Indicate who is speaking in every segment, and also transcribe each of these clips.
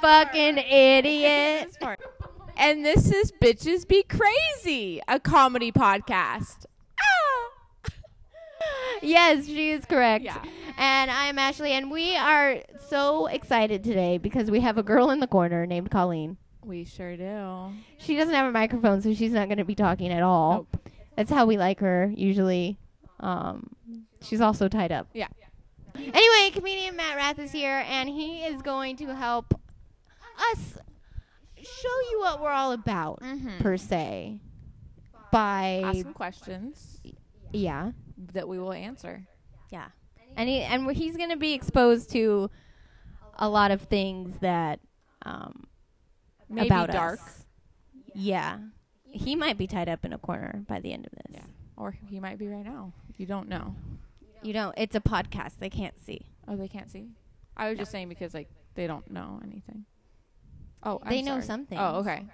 Speaker 1: fucking idiot.
Speaker 2: And this is Bitches Be Crazy, a comedy podcast. Ah.
Speaker 1: Yes, she is correct.
Speaker 2: Yeah.
Speaker 1: And I'm Ashley, and we are so excited today because we have a girl in the corner named Colleen.
Speaker 2: We sure do.
Speaker 1: She doesn't have a microphone, so she's not going to be talking at all. That's how we like her usually. Um, she's also tied up.
Speaker 2: Yeah.
Speaker 1: Anyway, comedian Matt Rath is here, and he is going to help us show you what we're all about,
Speaker 2: Mm-hmm.
Speaker 1: per se. By
Speaker 2: Ask some questions
Speaker 1: yeah,
Speaker 2: that we will answer.
Speaker 1: and he and he's going to be exposed to a lot of things that um,
Speaker 2: Maybe
Speaker 1: about
Speaker 2: dark,
Speaker 1: us. Yeah, he might be tied up in a corner by the end of this.
Speaker 2: or he might be right now. You don't know.
Speaker 1: You know, it's a podcast; they can't see.
Speaker 2: Oh, they can't see. I was just saying because like they don't know anything. Oh, I'm
Speaker 1: They know
Speaker 2: sorry.
Speaker 1: some
Speaker 2: Oh,
Speaker 1: things.
Speaker 2: okay.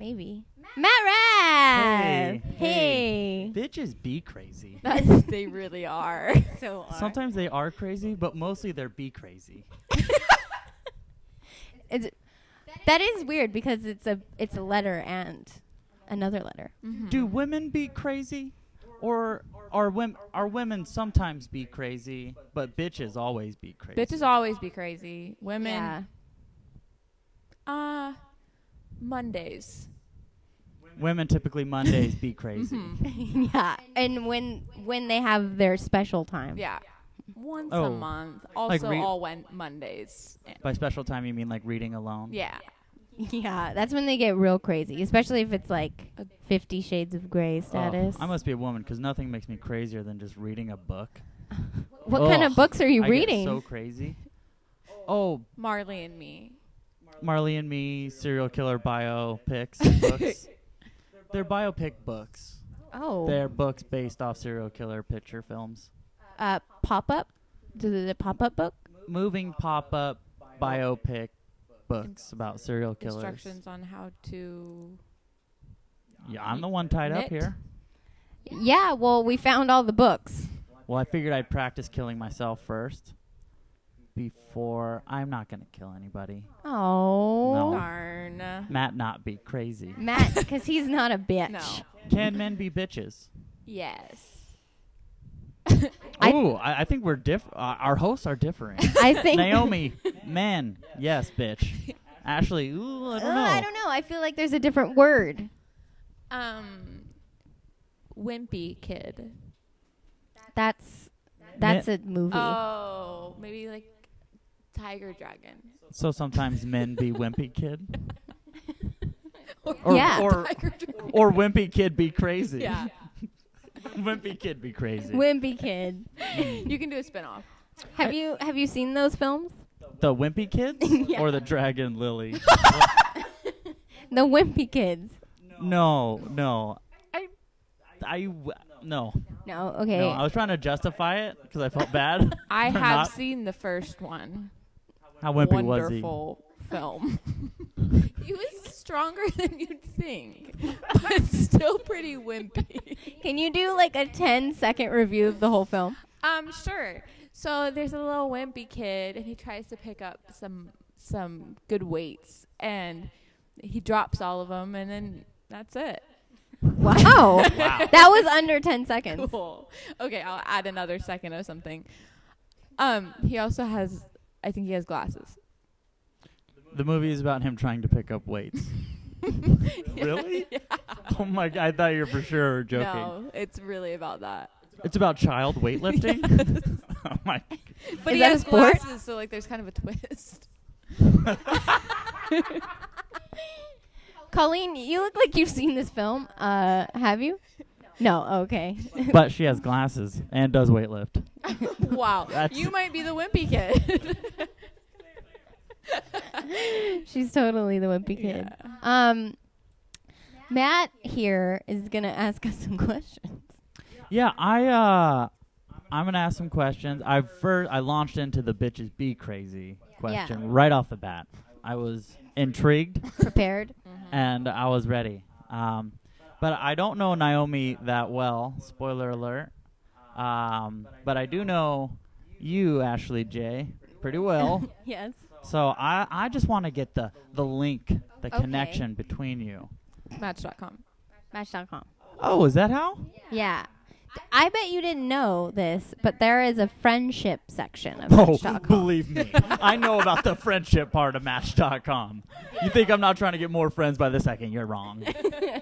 Speaker 1: Maybe. Matt Rath!
Speaker 3: Hey,
Speaker 1: Hey!
Speaker 3: Bitches be crazy.
Speaker 2: That's, they really are.
Speaker 1: So
Speaker 3: Sometimes they are crazy, but mostly they're be crazy.
Speaker 1: that is weird because it's a it's a letter and another letter.
Speaker 3: Do women be crazy? Or are women are women sometimes be crazy, but bitches always be crazy?
Speaker 2: Bitches always be crazy. Women.
Speaker 1: Yeah.
Speaker 2: Uh, Mondays.
Speaker 3: women typically Mondays be crazy.
Speaker 1: Mm-hmm. yeah. And when when they have their special time.
Speaker 2: Yeah. Once a
Speaker 3: Oh.
Speaker 2: month. Also,
Speaker 3: re-
Speaker 2: all went Mondays.
Speaker 3: By special time you mean like reading alone?
Speaker 2: Yeah.
Speaker 1: Yeah, that's when they get real crazy, especially if it's like 50 shades of gray
Speaker 3: Oh,
Speaker 1: status.
Speaker 3: I must be a woman because nothing makes me crazier than just reading a book.
Speaker 1: what kind of
Speaker 3: Ugh,
Speaker 1: books are you
Speaker 3: I get
Speaker 1: reading?
Speaker 3: so crazy. Oh,
Speaker 2: Marley and me.
Speaker 3: Marley and Me, serial killer biopics books. They're biopic books.
Speaker 1: oh.
Speaker 3: They're books based off serial killer picture films.
Speaker 1: Uh pop-up? The, the pop-up book?
Speaker 3: Moving pop up biopic books about serial killers.
Speaker 2: Instructions on how to.
Speaker 3: Yeah, I'm the one tied
Speaker 2: Knit.
Speaker 3: up here.
Speaker 1: Yeah, well, we found all the books.
Speaker 3: Well, I figured I'd practice killing myself first before I'm not going to kill anybody.
Speaker 1: Oh.
Speaker 2: Darn.
Speaker 3: Matt not be crazy.
Speaker 1: Matt, because he's not a bitch.
Speaker 2: No.
Speaker 3: Can men be bitches?
Speaker 2: Yes.
Speaker 1: I-
Speaker 3: Ooh, I, I think we're diff. Uh, our hosts are differing.
Speaker 1: I think
Speaker 3: Naomi, man, yes, bitch. Ashley, ooh, I
Speaker 1: Ugh,
Speaker 3: don't know.
Speaker 1: I don't know. I feel like there's a different word.
Speaker 2: Um, wimpy kid.
Speaker 1: That's that's a movie.
Speaker 2: Oh, maybe like tiger dragon.
Speaker 3: So sometimes men be wimpy kid,
Speaker 2: Or,
Speaker 3: or
Speaker 1: Yeah.
Speaker 3: or,
Speaker 2: tiger dragon.
Speaker 3: or wimpy kid be crazy.
Speaker 2: Yeah.
Speaker 3: wimpy kid be crazy.
Speaker 1: Wimpy Kid.
Speaker 2: You can do a spinoff.
Speaker 1: Have you have you seen those films?
Speaker 3: the wimpy kids
Speaker 1: Yeah.
Speaker 3: or the dragon lily?
Speaker 1: The Wimpy Kids.
Speaker 3: no, no.
Speaker 2: I-
Speaker 3: I w- no.
Speaker 1: No, okay.
Speaker 3: No, I was trying to justify it because I felt bad.
Speaker 2: I
Speaker 3: for
Speaker 2: have
Speaker 3: not-
Speaker 2: seen the first one.
Speaker 3: How wimpy was
Speaker 2: Wonderful film. he was stronger than you'd think, but still pretty wimpy.
Speaker 1: Can you do like a 10 second review of the whole film?
Speaker 2: Um, sure. So there's a little wimpy kid, and he tries to pick up some some good weights, and he drops all of them, and then that's it.
Speaker 1: Wow.
Speaker 3: he? Wow.
Speaker 1: that was under 10 seconds.
Speaker 2: Cool. Okay, I'll add another second of something. Um, he also has, I think he has glasses.
Speaker 3: The movie is about him trying to pick up weights. really? Oh my god! I thought you were for sure were joking.
Speaker 2: No, it's really about that.
Speaker 3: It's about child weightlifting. oh my!
Speaker 1: Is
Speaker 2: But he
Speaker 1: that a
Speaker 2: has
Speaker 1: sport?
Speaker 2: glasses, so like there's kind of a twist.
Speaker 1: Colleen, you look like you've seen this film. Uh, have you? No, okay.
Speaker 3: But she has glasses and does weightlift.
Speaker 2: wow,
Speaker 3: That's-
Speaker 2: you might be the wimpy kid.
Speaker 1: She's totally the wimpy kid.
Speaker 2: Yeah.
Speaker 1: Um, Matt here is gonna ask us some questions.
Speaker 3: Yeah, I uh I'm gonna ask some questions. I first I launched into the bitches be crazy question right off the bat. I was intrigued
Speaker 1: Prepared?
Speaker 3: and I was ready. Um, but I don't know Naomi that well. Spoiler alert. Um, but I do know you, Ashley J, pretty well.
Speaker 1: Yes.
Speaker 3: So I, I just want to get the, the link, the
Speaker 4: Okay.
Speaker 3: connection between you.
Speaker 2: Match.com.
Speaker 1: Match.com.
Speaker 3: Oh, is that how?
Speaker 1: Yeah. D- I bet you didn't know this, but there is a friendship section of
Speaker 3: Oh,
Speaker 1: Match.com.
Speaker 3: believe me. I know about the friendship part of Match.com. You think I'm not trying to get more friends by the second? You're wrong.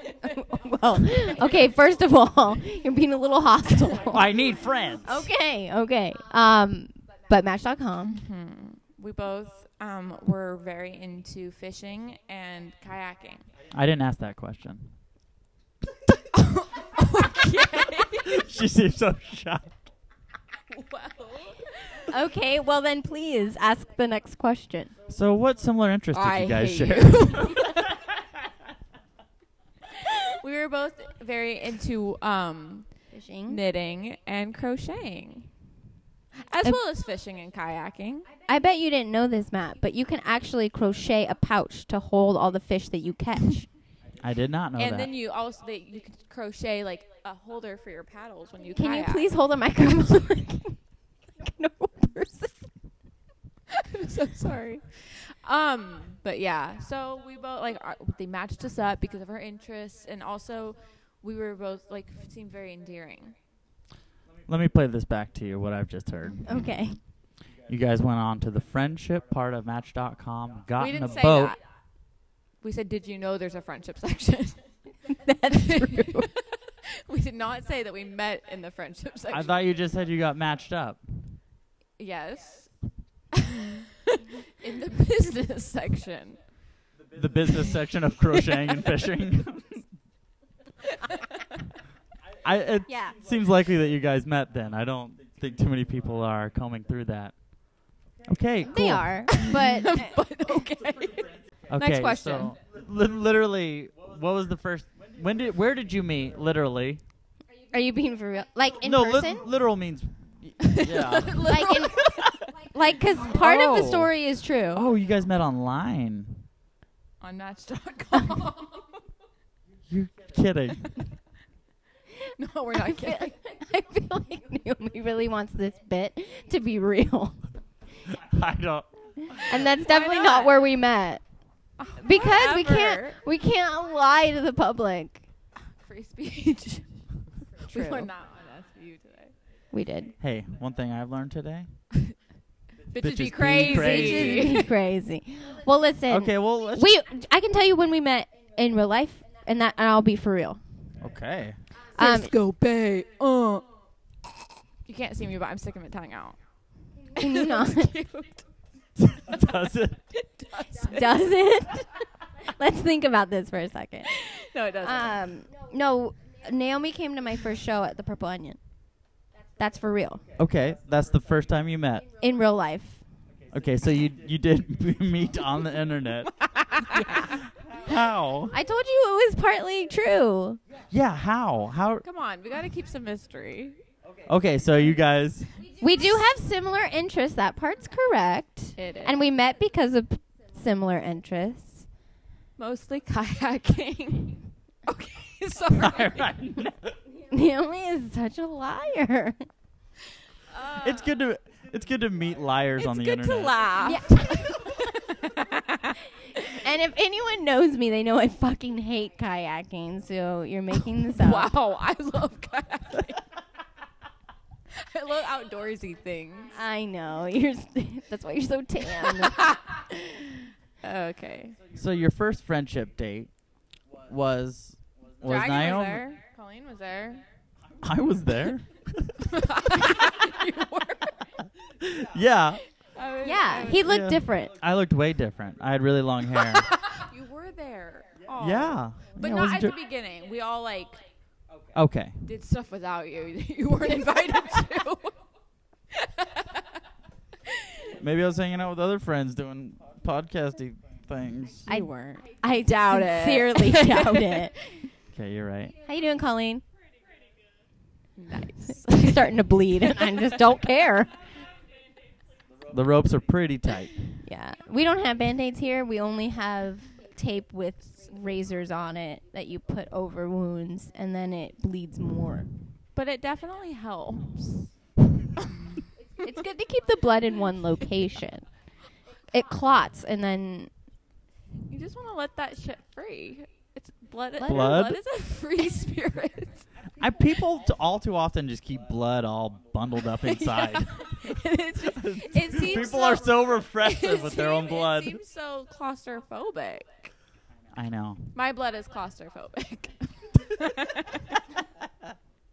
Speaker 1: well, okay, first of all, you're being a little hostile.
Speaker 3: I need friends.
Speaker 1: okay, okay. Um, but Match.com.
Speaker 2: Mm-hmm. We both um, were very into fishing and kayaking.
Speaker 3: I didn't ask that question. she seems so shocked.
Speaker 1: Okay, well then please ask the next question.
Speaker 3: So, what similar interests did
Speaker 2: I
Speaker 3: you guys
Speaker 2: hate
Speaker 3: share?
Speaker 2: we were both very into um,
Speaker 1: Fishing.
Speaker 2: knitting and crocheting, as
Speaker 1: Um,
Speaker 2: well as fishing and kayaking.
Speaker 1: I bet you didn't know this, Matt, but you can actually crochet a pouch to hold all the fish that you catch.
Speaker 3: I did not know
Speaker 2: and
Speaker 3: that.
Speaker 2: then you also they, you could crochet like a holder for your paddles when you
Speaker 1: can you
Speaker 2: kayak.
Speaker 1: please hold a microphone? like an old person.
Speaker 2: I'm so sorry. Um, but yeah, so we both like our, they matched us up because of our interests, and also we were both like seemed very endearing.
Speaker 3: Let me play this back to you, what I've just heard.
Speaker 1: Okay.
Speaker 3: You guys went on to the friendship part of Match.com, got
Speaker 2: we
Speaker 3: in a
Speaker 2: didn't say
Speaker 3: boat.
Speaker 2: that. We said, "Did you know there's a friendship section?"
Speaker 1: That's true.
Speaker 2: we did not say that we met in the friendship section.
Speaker 3: I thought you just said you got matched up.
Speaker 2: yes, in the business section.
Speaker 3: The business section of crocheting and fishing. I, it
Speaker 1: Yeah.
Speaker 3: seems likely that you guys met then. I don't think too many people are combing through that. Okay, cool.
Speaker 1: They are, but
Speaker 2: but okay.
Speaker 3: Okay,
Speaker 2: Next question.
Speaker 3: so li- literally, what was the first? When did? Where did you meet? Literally.
Speaker 1: are you being for real? Like in
Speaker 3: no, li-
Speaker 1: person?
Speaker 3: literal means. Yeah.
Speaker 1: like, in, like, because part of
Speaker 3: Oh.
Speaker 1: the story is true.
Speaker 3: oh, you guys met online.
Speaker 2: on Match.com.
Speaker 3: You're kidding.
Speaker 2: no, we're
Speaker 1: I
Speaker 2: not
Speaker 1: feel,
Speaker 2: kidding.
Speaker 1: I feel like Naomi really wants this bit to be real,
Speaker 3: I don't.
Speaker 1: and that's definitely not?
Speaker 2: not?
Speaker 1: where we met because we can't
Speaker 2: Whatever.
Speaker 1: we can't lie to the public.
Speaker 2: Free speech. We
Speaker 1: True.
Speaker 2: were not on SVU today.
Speaker 1: We did.
Speaker 3: Hey, one thing I've learned today.
Speaker 2: Bitches,
Speaker 3: be
Speaker 2: be crazy.
Speaker 3: crazy.
Speaker 1: Bitches be crazy. Well, listen.
Speaker 3: Okay, well let's.
Speaker 1: We I can tell you when we met in real life, and that and I'll be for real.
Speaker 3: okay.
Speaker 1: Um,
Speaker 2: go, Bay. Uh. You can't see me, but I'm sticking my tongue out.
Speaker 1: can you not?
Speaker 3: Does it?
Speaker 1: Does it? Let's think about this for a second.
Speaker 2: No, it doesn't.
Speaker 1: Um, no, Naomi came to my first show at the Purple Onion. That's for real.
Speaker 3: Okay, that's the first time you met.
Speaker 1: In real life.
Speaker 3: Okay, so you you did meet on the internet.
Speaker 1: Uh,
Speaker 3: How?
Speaker 1: I told you it was partly true.
Speaker 3: Yeah, how? How?
Speaker 2: Come on, we gotta keep some mystery.
Speaker 3: Okay, so you guys.
Speaker 1: We do have similar interests. That part's correct.
Speaker 2: It is.
Speaker 1: And we met because of p- similar interests.
Speaker 2: Mostly kayaking. okay, sorry.
Speaker 1: Naomi is such a liar.
Speaker 2: Uh,
Speaker 3: It's good to it's good to meet liars
Speaker 2: it's
Speaker 3: on the
Speaker 2: good
Speaker 3: internet.
Speaker 2: to laugh.
Speaker 1: And if anyone knows me, they know I fucking hate kayaking. So you're making this up.
Speaker 2: Wow, I love kayaking. I love outdoorsy things.
Speaker 1: I know. You're. s- That's why you're so tan.
Speaker 2: Okay.
Speaker 3: So your first friendship date was was
Speaker 2: Dragon
Speaker 3: Naomi.
Speaker 2: was there. Colleen was there.
Speaker 3: I was there.
Speaker 2: You were.
Speaker 3: yeah,
Speaker 2: I was- I
Speaker 1: yeah,
Speaker 2: was-
Speaker 1: he looked
Speaker 3: Yeah.
Speaker 1: different.
Speaker 3: I looked way different. I had really long hair.
Speaker 2: You were there. Aw.
Speaker 3: yeah,
Speaker 2: But
Speaker 3: Yeah, I
Speaker 2: not
Speaker 3: was
Speaker 2: at
Speaker 3: ju-
Speaker 2: the beginning. We all like
Speaker 3: Okay.
Speaker 2: did stuff without you that you weren't invited to.
Speaker 3: Maybe I was hanging out with other friends doing podcasty things.
Speaker 1: I-
Speaker 2: You weren't.
Speaker 1: I
Speaker 2: doubt it.
Speaker 1: Sincerely doubt it.
Speaker 3: Okay, you're right.
Speaker 1: How you doing, Colleen?
Speaker 2: Nice.
Speaker 1: She's starting to bleed, and I just don't care.
Speaker 3: The ropes are pretty tight.
Speaker 1: Yeah, we don't have band-aids here. We only have tape with razors on it that you put over wounds, and then it bleeds more.
Speaker 2: But it definitely helps.
Speaker 1: It's good to keep the blood in one location. it clots and then
Speaker 2: You just want to let that shit free. It's blood.
Speaker 1: Blood?
Speaker 3: Blood?
Speaker 2: blood is a free spirit.
Speaker 3: I people t- all too often just keep blood all bundled up inside.
Speaker 2: Yeah. it's just, it seems
Speaker 3: people
Speaker 2: so,
Speaker 3: are so
Speaker 2: it
Speaker 3: repressive with their own
Speaker 2: seem-
Speaker 3: blood.
Speaker 2: It seems so claustrophobic.
Speaker 3: I know.
Speaker 2: My blood is claustrophobic.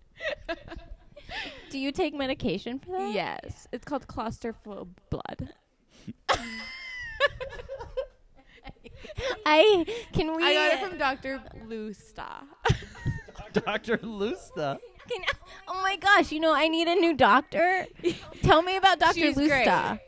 Speaker 1: do you take medication for that?
Speaker 2: yes, it's called claustrophobic blood.
Speaker 1: I can we
Speaker 2: I got it from Dr. Lusta.
Speaker 3: Dr. Lusta.
Speaker 1: can, Oh my gosh, you know I need a new doctor. Tell me about Dr.
Speaker 2: She's great.
Speaker 1: Lusta.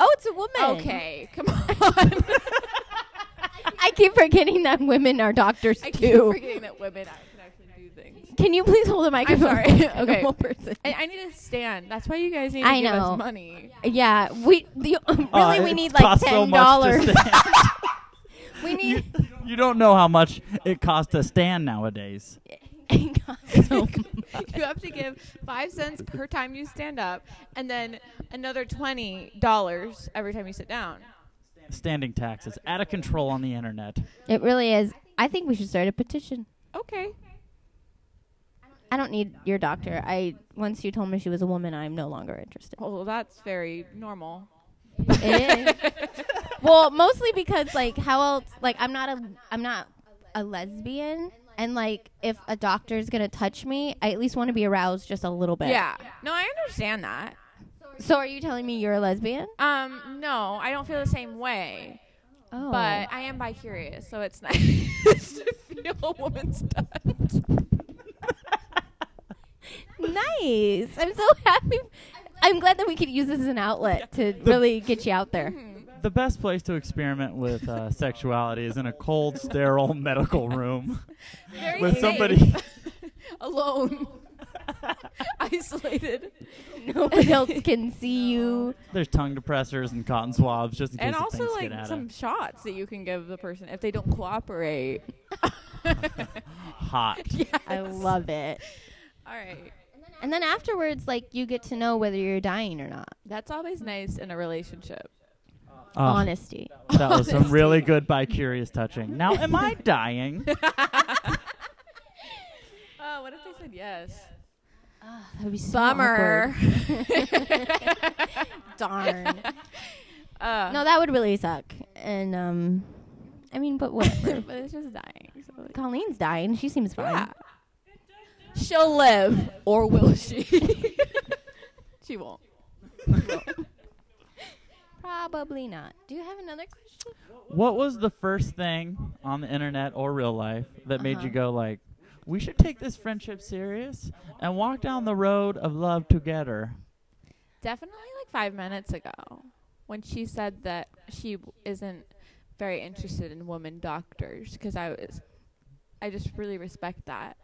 Speaker 1: Oh, it's a woman.
Speaker 2: okay, come on.
Speaker 1: I keep forgetting that women are doctors
Speaker 2: I keep
Speaker 1: too.
Speaker 2: forgetting that women can actually do things.
Speaker 1: Can you please hold the microphone?
Speaker 2: sorry.
Speaker 1: for a
Speaker 2: Okay.
Speaker 1: normal person. Uh,
Speaker 2: I, I need a stand. That's why you guys need to
Speaker 1: I
Speaker 2: give
Speaker 1: know.
Speaker 2: us money.
Speaker 1: Yeah, we the, really
Speaker 3: Uh,
Speaker 1: we
Speaker 3: it
Speaker 1: need like
Speaker 3: costs so
Speaker 1: ten
Speaker 3: much to
Speaker 1: dollars.
Speaker 3: stand.
Speaker 1: we
Speaker 3: you,
Speaker 1: need.
Speaker 3: you don't know how much it costs to stand nowadays.
Speaker 1: It costs so much.
Speaker 2: you have to give five cents per time you stand up, and then another twenty dollars every time you sit down.
Speaker 3: Standing taxes out of control on the internet.
Speaker 1: It really is. I think we should start a petition.
Speaker 2: Okay.
Speaker 1: I don't need your doctor. I once you told me she was a woman, I'm no longer interested.
Speaker 2: Well, that's very normal.
Speaker 1: It is. well, mostly because like how else like I'm not a I'm not a lesbian and like if a doctor's going to touch me, I at least want to be aroused just a little bit.
Speaker 2: Yeah. No, I understand that.
Speaker 1: So are you telling me you're a lesbian?
Speaker 2: Um, no, I don't feel the same way,
Speaker 1: Oh.
Speaker 2: but I am bi curious, so it's nice to feel a woman's touch.
Speaker 1: nice. I'm so happy. I'm glad that we could use this as an outlet to really get you out there.
Speaker 3: The best place to experiment with uh, sexuality is in a cold, sterile medical room
Speaker 2: Very
Speaker 3: with
Speaker 2: safe.
Speaker 3: somebody.
Speaker 2: alone, isolated,
Speaker 1: Nobody else can see you.
Speaker 3: There's tongue depressors and cotton swabs just in case
Speaker 2: and
Speaker 3: if
Speaker 2: also
Speaker 3: things
Speaker 2: like
Speaker 3: get out
Speaker 2: some
Speaker 3: of
Speaker 2: shots that you can give the person if they don't cooperate.
Speaker 3: hot.
Speaker 1: I love it.
Speaker 2: All right.
Speaker 1: And then afterwards, like you get to know whether you're dying or not.
Speaker 2: That's always nice in a relationship.
Speaker 3: Oh,
Speaker 1: Honesty.
Speaker 3: that was some really good by curious touching. Now, am I dying?
Speaker 2: Oh, what if they said yes?
Speaker 1: Ah, That would be so
Speaker 2: Bummer.
Speaker 1: awkward. Darn.
Speaker 2: uh,
Speaker 1: no, that would really suck. And um, I mean, but whatever.
Speaker 2: but it's just dying. So like,
Speaker 1: Colleen's dying. She seems fine.
Speaker 2: yeah. She'll live, or will she? she won't.
Speaker 1: Probably not. Do you have another question?
Speaker 3: What was the first thing on the internet or real life that made
Speaker 1: Uh-huh.
Speaker 3: you go like, "We should take this friendship serious and walk down the road of love together"?
Speaker 2: Definitely like five minutes ago when she said that she w- isn't very interested in women doctors because I was, I just really respect that.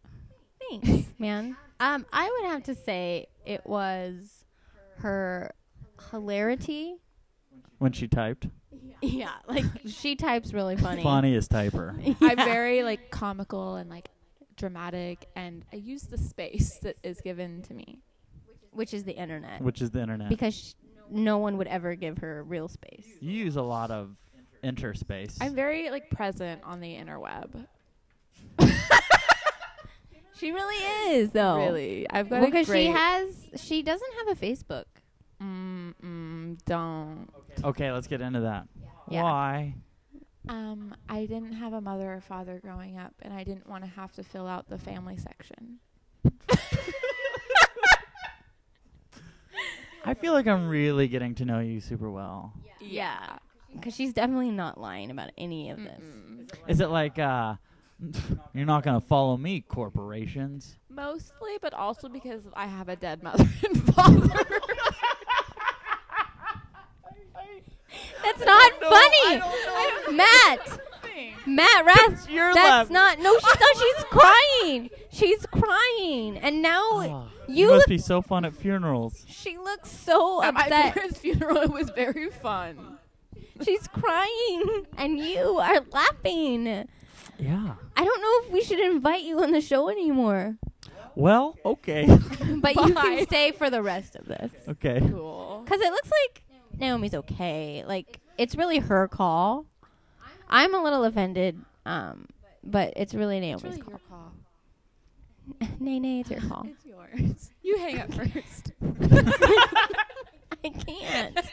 Speaker 1: Thanks, man. Um, I would have to say it was her hilarity.
Speaker 3: When she typed,
Speaker 1: Yeah, like she types really funny.
Speaker 3: funniest typer.
Speaker 2: I'm very like comical and like dramatic and I use the space that is given to me.
Speaker 1: which is the internet.
Speaker 3: Which is the internet.
Speaker 1: because sh- no one would ever give her real space.
Speaker 3: you use a lot of interspace.
Speaker 2: I'm very like present on the interweb.
Speaker 1: She really is,
Speaker 2: Oh.
Speaker 1: though.
Speaker 2: Really, I've got a
Speaker 1: Because
Speaker 2: great.
Speaker 1: she has, she doesn't have a Facebook.
Speaker 2: mm, mm, don't.
Speaker 3: okay, let's get into that.
Speaker 1: Yeah.
Speaker 3: Why?
Speaker 2: Um, I didn't have a mother or father growing up, and I didn't want to have to fill out the family section.
Speaker 3: I feel like I'm really getting to know you super well.
Speaker 1: Yeah. Because she's definitely not lying about any of this.
Speaker 3: Is it like, uh, you're not gonna follow me, corporations?
Speaker 2: Mostly, but also because I have a dead mother and father.
Speaker 1: That's not funny, Matt. Matt Rath.
Speaker 3: your
Speaker 1: That's
Speaker 3: left.
Speaker 1: not. No, she's not. She's crying. She's crying, and now
Speaker 3: Ah,
Speaker 1: you.
Speaker 3: must be so fun at funerals.
Speaker 1: she looks so
Speaker 2: At my
Speaker 1: upset.
Speaker 2: parents' funeral, it was very fun.
Speaker 1: She's crying, and you are laughing.
Speaker 3: Yeah.
Speaker 1: I don't know if we should invite you on the show anymore,
Speaker 3: Well, okay.
Speaker 1: but you
Speaker 2: Bye.
Speaker 1: can stay for the rest of this.
Speaker 3: okay.
Speaker 2: Cool.
Speaker 1: Because it looks like Naomi's okay. Like it's really her call. I'm a little offended, um, but it's really Naomi's
Speaker 5: really
Speaker 1: call.
Speaker 5: your call.
Speaker 1: nay, nay, it's your call.
Speaker 5: It's yours. You hang up first.
Speaker 1: I can't.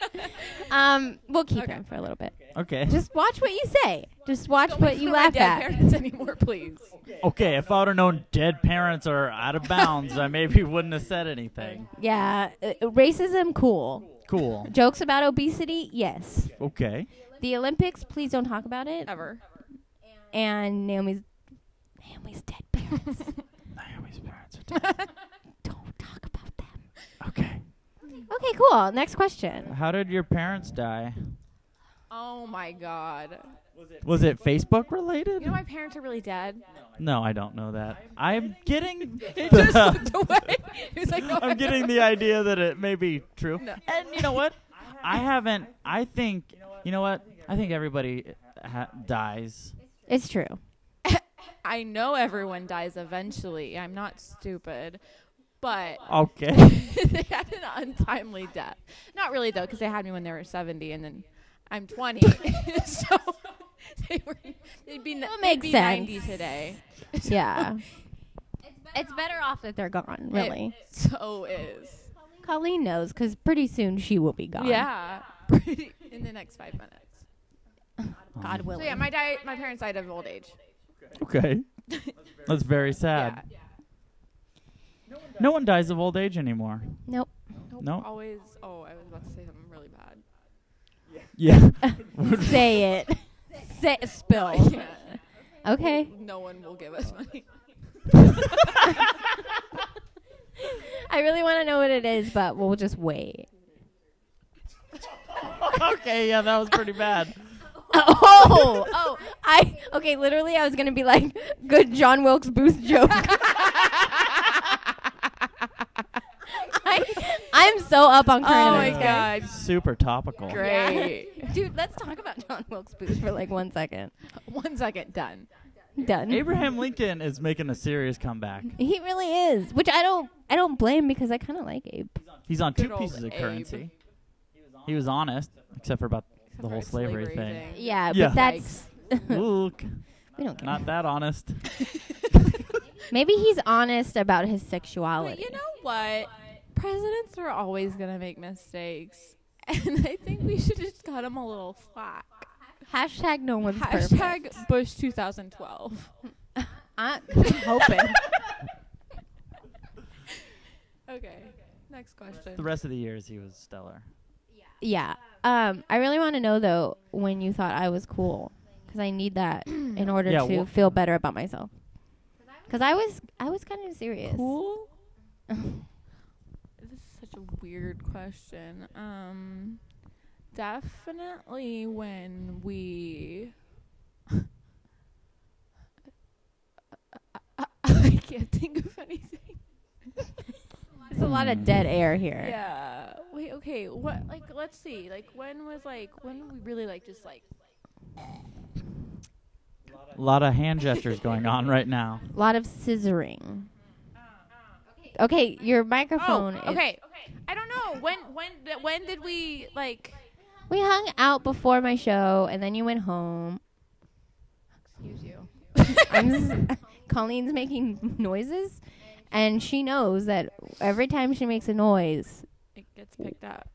Speaker 1: Um, we'll keep him for a little bit.
Speaker 3: Okay.
Speaker 1: Just watch what you say. Just watch
Speaker 5: Don't
Speaker 1: what
Speaker 5: make
Speaker 1: you
Speaker 5: fun of my
Speaker 1: laugh
Speaker 5: dead
Speaker 1: at.
Speaker 5: Parents anymore, please.
Speaker 3: Okay, if I would have known dead parents are out of bounds, I maybe wouldn't have said anything.
Speaker 1: Yeah, uh, racism, cool.
Speaker 3: Cool.
Speaker 1: Jokes about obesity, yes.
Speaker 3: Okay.
Speaker 1: The Olympics, please don't talk about it.
Speaker 5: Ever.
Speaker 1: And Naomi's Naomi's dead parents.
Speaker 3: Naomi's parents are dead.
Speaker 1: don't talk about them.
Speaker 3: Okay.
Speaker 1: Okay, cool. Next question.
Speaker 3: How did your parents die?
Speaker 5: Oh my God.
Speaker 3: Was it Facebook related?
Speaker 2: You know, my parents are really dead.
Speaker 3: No, I don't know that. I'm getting.
Speaker 5: It just looked away. He was like, oh,
Speaker 3: I'm getting the idea that it may be true.
Speaker 5: No.
Speaker 3: And you know what? I haven't. I think. You know what? I think everybody ha- dies.
Speaker 1: It's true.
Speaker 2: I know everyone dies eventually. I'm not stupid, but
Speaker 3: Okay.
Speaker 2: they had an untimely death. Not really though, because they had me when they were 70, and then I'm 20, so they were they'd be,
Speaker 1: That
Speaker 2: they'd
Speaker 1: makes
Speaker 2: be 90
Speaker 1: sense.
Speaker 2: today.
Speaker 1: Yeah. It's better off that they're gone, really.
Speaker 2: It so is.
Speaker 1: Colleen knows because pretty soon she will be gone.
Speaker 2: Yeah, pretty in the next five minutes.
Speaker 1: God
Speaker 3: Um,
Speaker 1: willing.
Speaker 2: So yeah, my di- my parents died of old age.
Speaker 3: Okay. That's very
Speaker 2: Yeah.
Speaker 3: sad. No one dies of old age anymore.
Speaker 1: nope.
Speaker 2: Nope,
Speaker 3: No.
Speaker 2: Always. Oh, I was about to say something really bad.
Speaker 3: Yeah.
Speaker 1: Say it. Say
Speaker 2: I
Speaker 1: spill.
Speaker 2: can't.
Speaker 1: Okay.
Speaker 2: No one will give us money.
Speaker 1: I really want to know what it is, but we'll just wait.
Speaker 3: okay. Yeah, that was pretty bad.
Speaker 1: Oh, oh, I okay. Literally, I was gonna be like, "Good John Wilkes Booth joke." I, I'm so up on current
Speaker 2: Oh my
Speaker 1: events, guys.
Speaker 2: god.
Speaker 3: Super topical.
Speaker 2: Great.
Speaker 1: dude. Let's talk about John Wilkes Booth for like one second.
Speaker 2: One second, done.
Speaker 1: Done.
Speaker 3: Abraham Lincoln is making a serious comeback.
Speaker 1: He really is, which I don't, I don't blame because I kind of like Abe.
Speaker 3: He's on two
Speaker 2: Good old
Speaker 3: pieces of
Speaker 2: Abe.
Speaker 3: currency. He was honest, except for about the whole slavery, thing.
Speaker 1: Yeah,
Speaker 3: Yeah.
Speaker 1: but that's
Speaker 3: Look,
Speaker 1: we don't care.
Speaker 3: not that honest.
Speaker 1: Maybe he's honest about his sexuality.
Speaker 2: But you know what? Presidents are always going to make mistakes. And I think we should just cut them a little slack.
Speaker 1: Hashtag no one's
Speaker 2: Hashtag Bush 2012.
Speaker 1: I'm hoping.
Speaker 2: Okay. Next question.
Speaker 3: The rest of the years, he was stellar.
Speaker 1: yeah. Um, I really want to know though when you thought I was cool, because I need that in order
Speaker 3: Yeah,
Speaker 1: to
Speaker 3: wha-
Speaker 1: feel better about myself. Because I was, I was kind of serious.
Speaker 2: Cool? this is such a weird question. Um, definitely when we. I can't think of anything.
Speaker 1: There's a lot of dead air here.
Speaker 2: Yeah. Wait. Okay. What? Like, let's see. Like, when was like when we really like just like
Speaker 3: A lot of hand gestures going on right now.
Speaker 1: A lot of scissoring. Okay, your microphone. is-
Speaker 2: oh, okay. I don't know. When? When? th- When did we like?
Speaker 1: We hung out before my show, and then you went home.
Speaker 5: Excuse you.
Speaker 1: I'm s- Colleen's making noises, and she knows that every time she makes a noise,
Speaker 2: It gets picked up.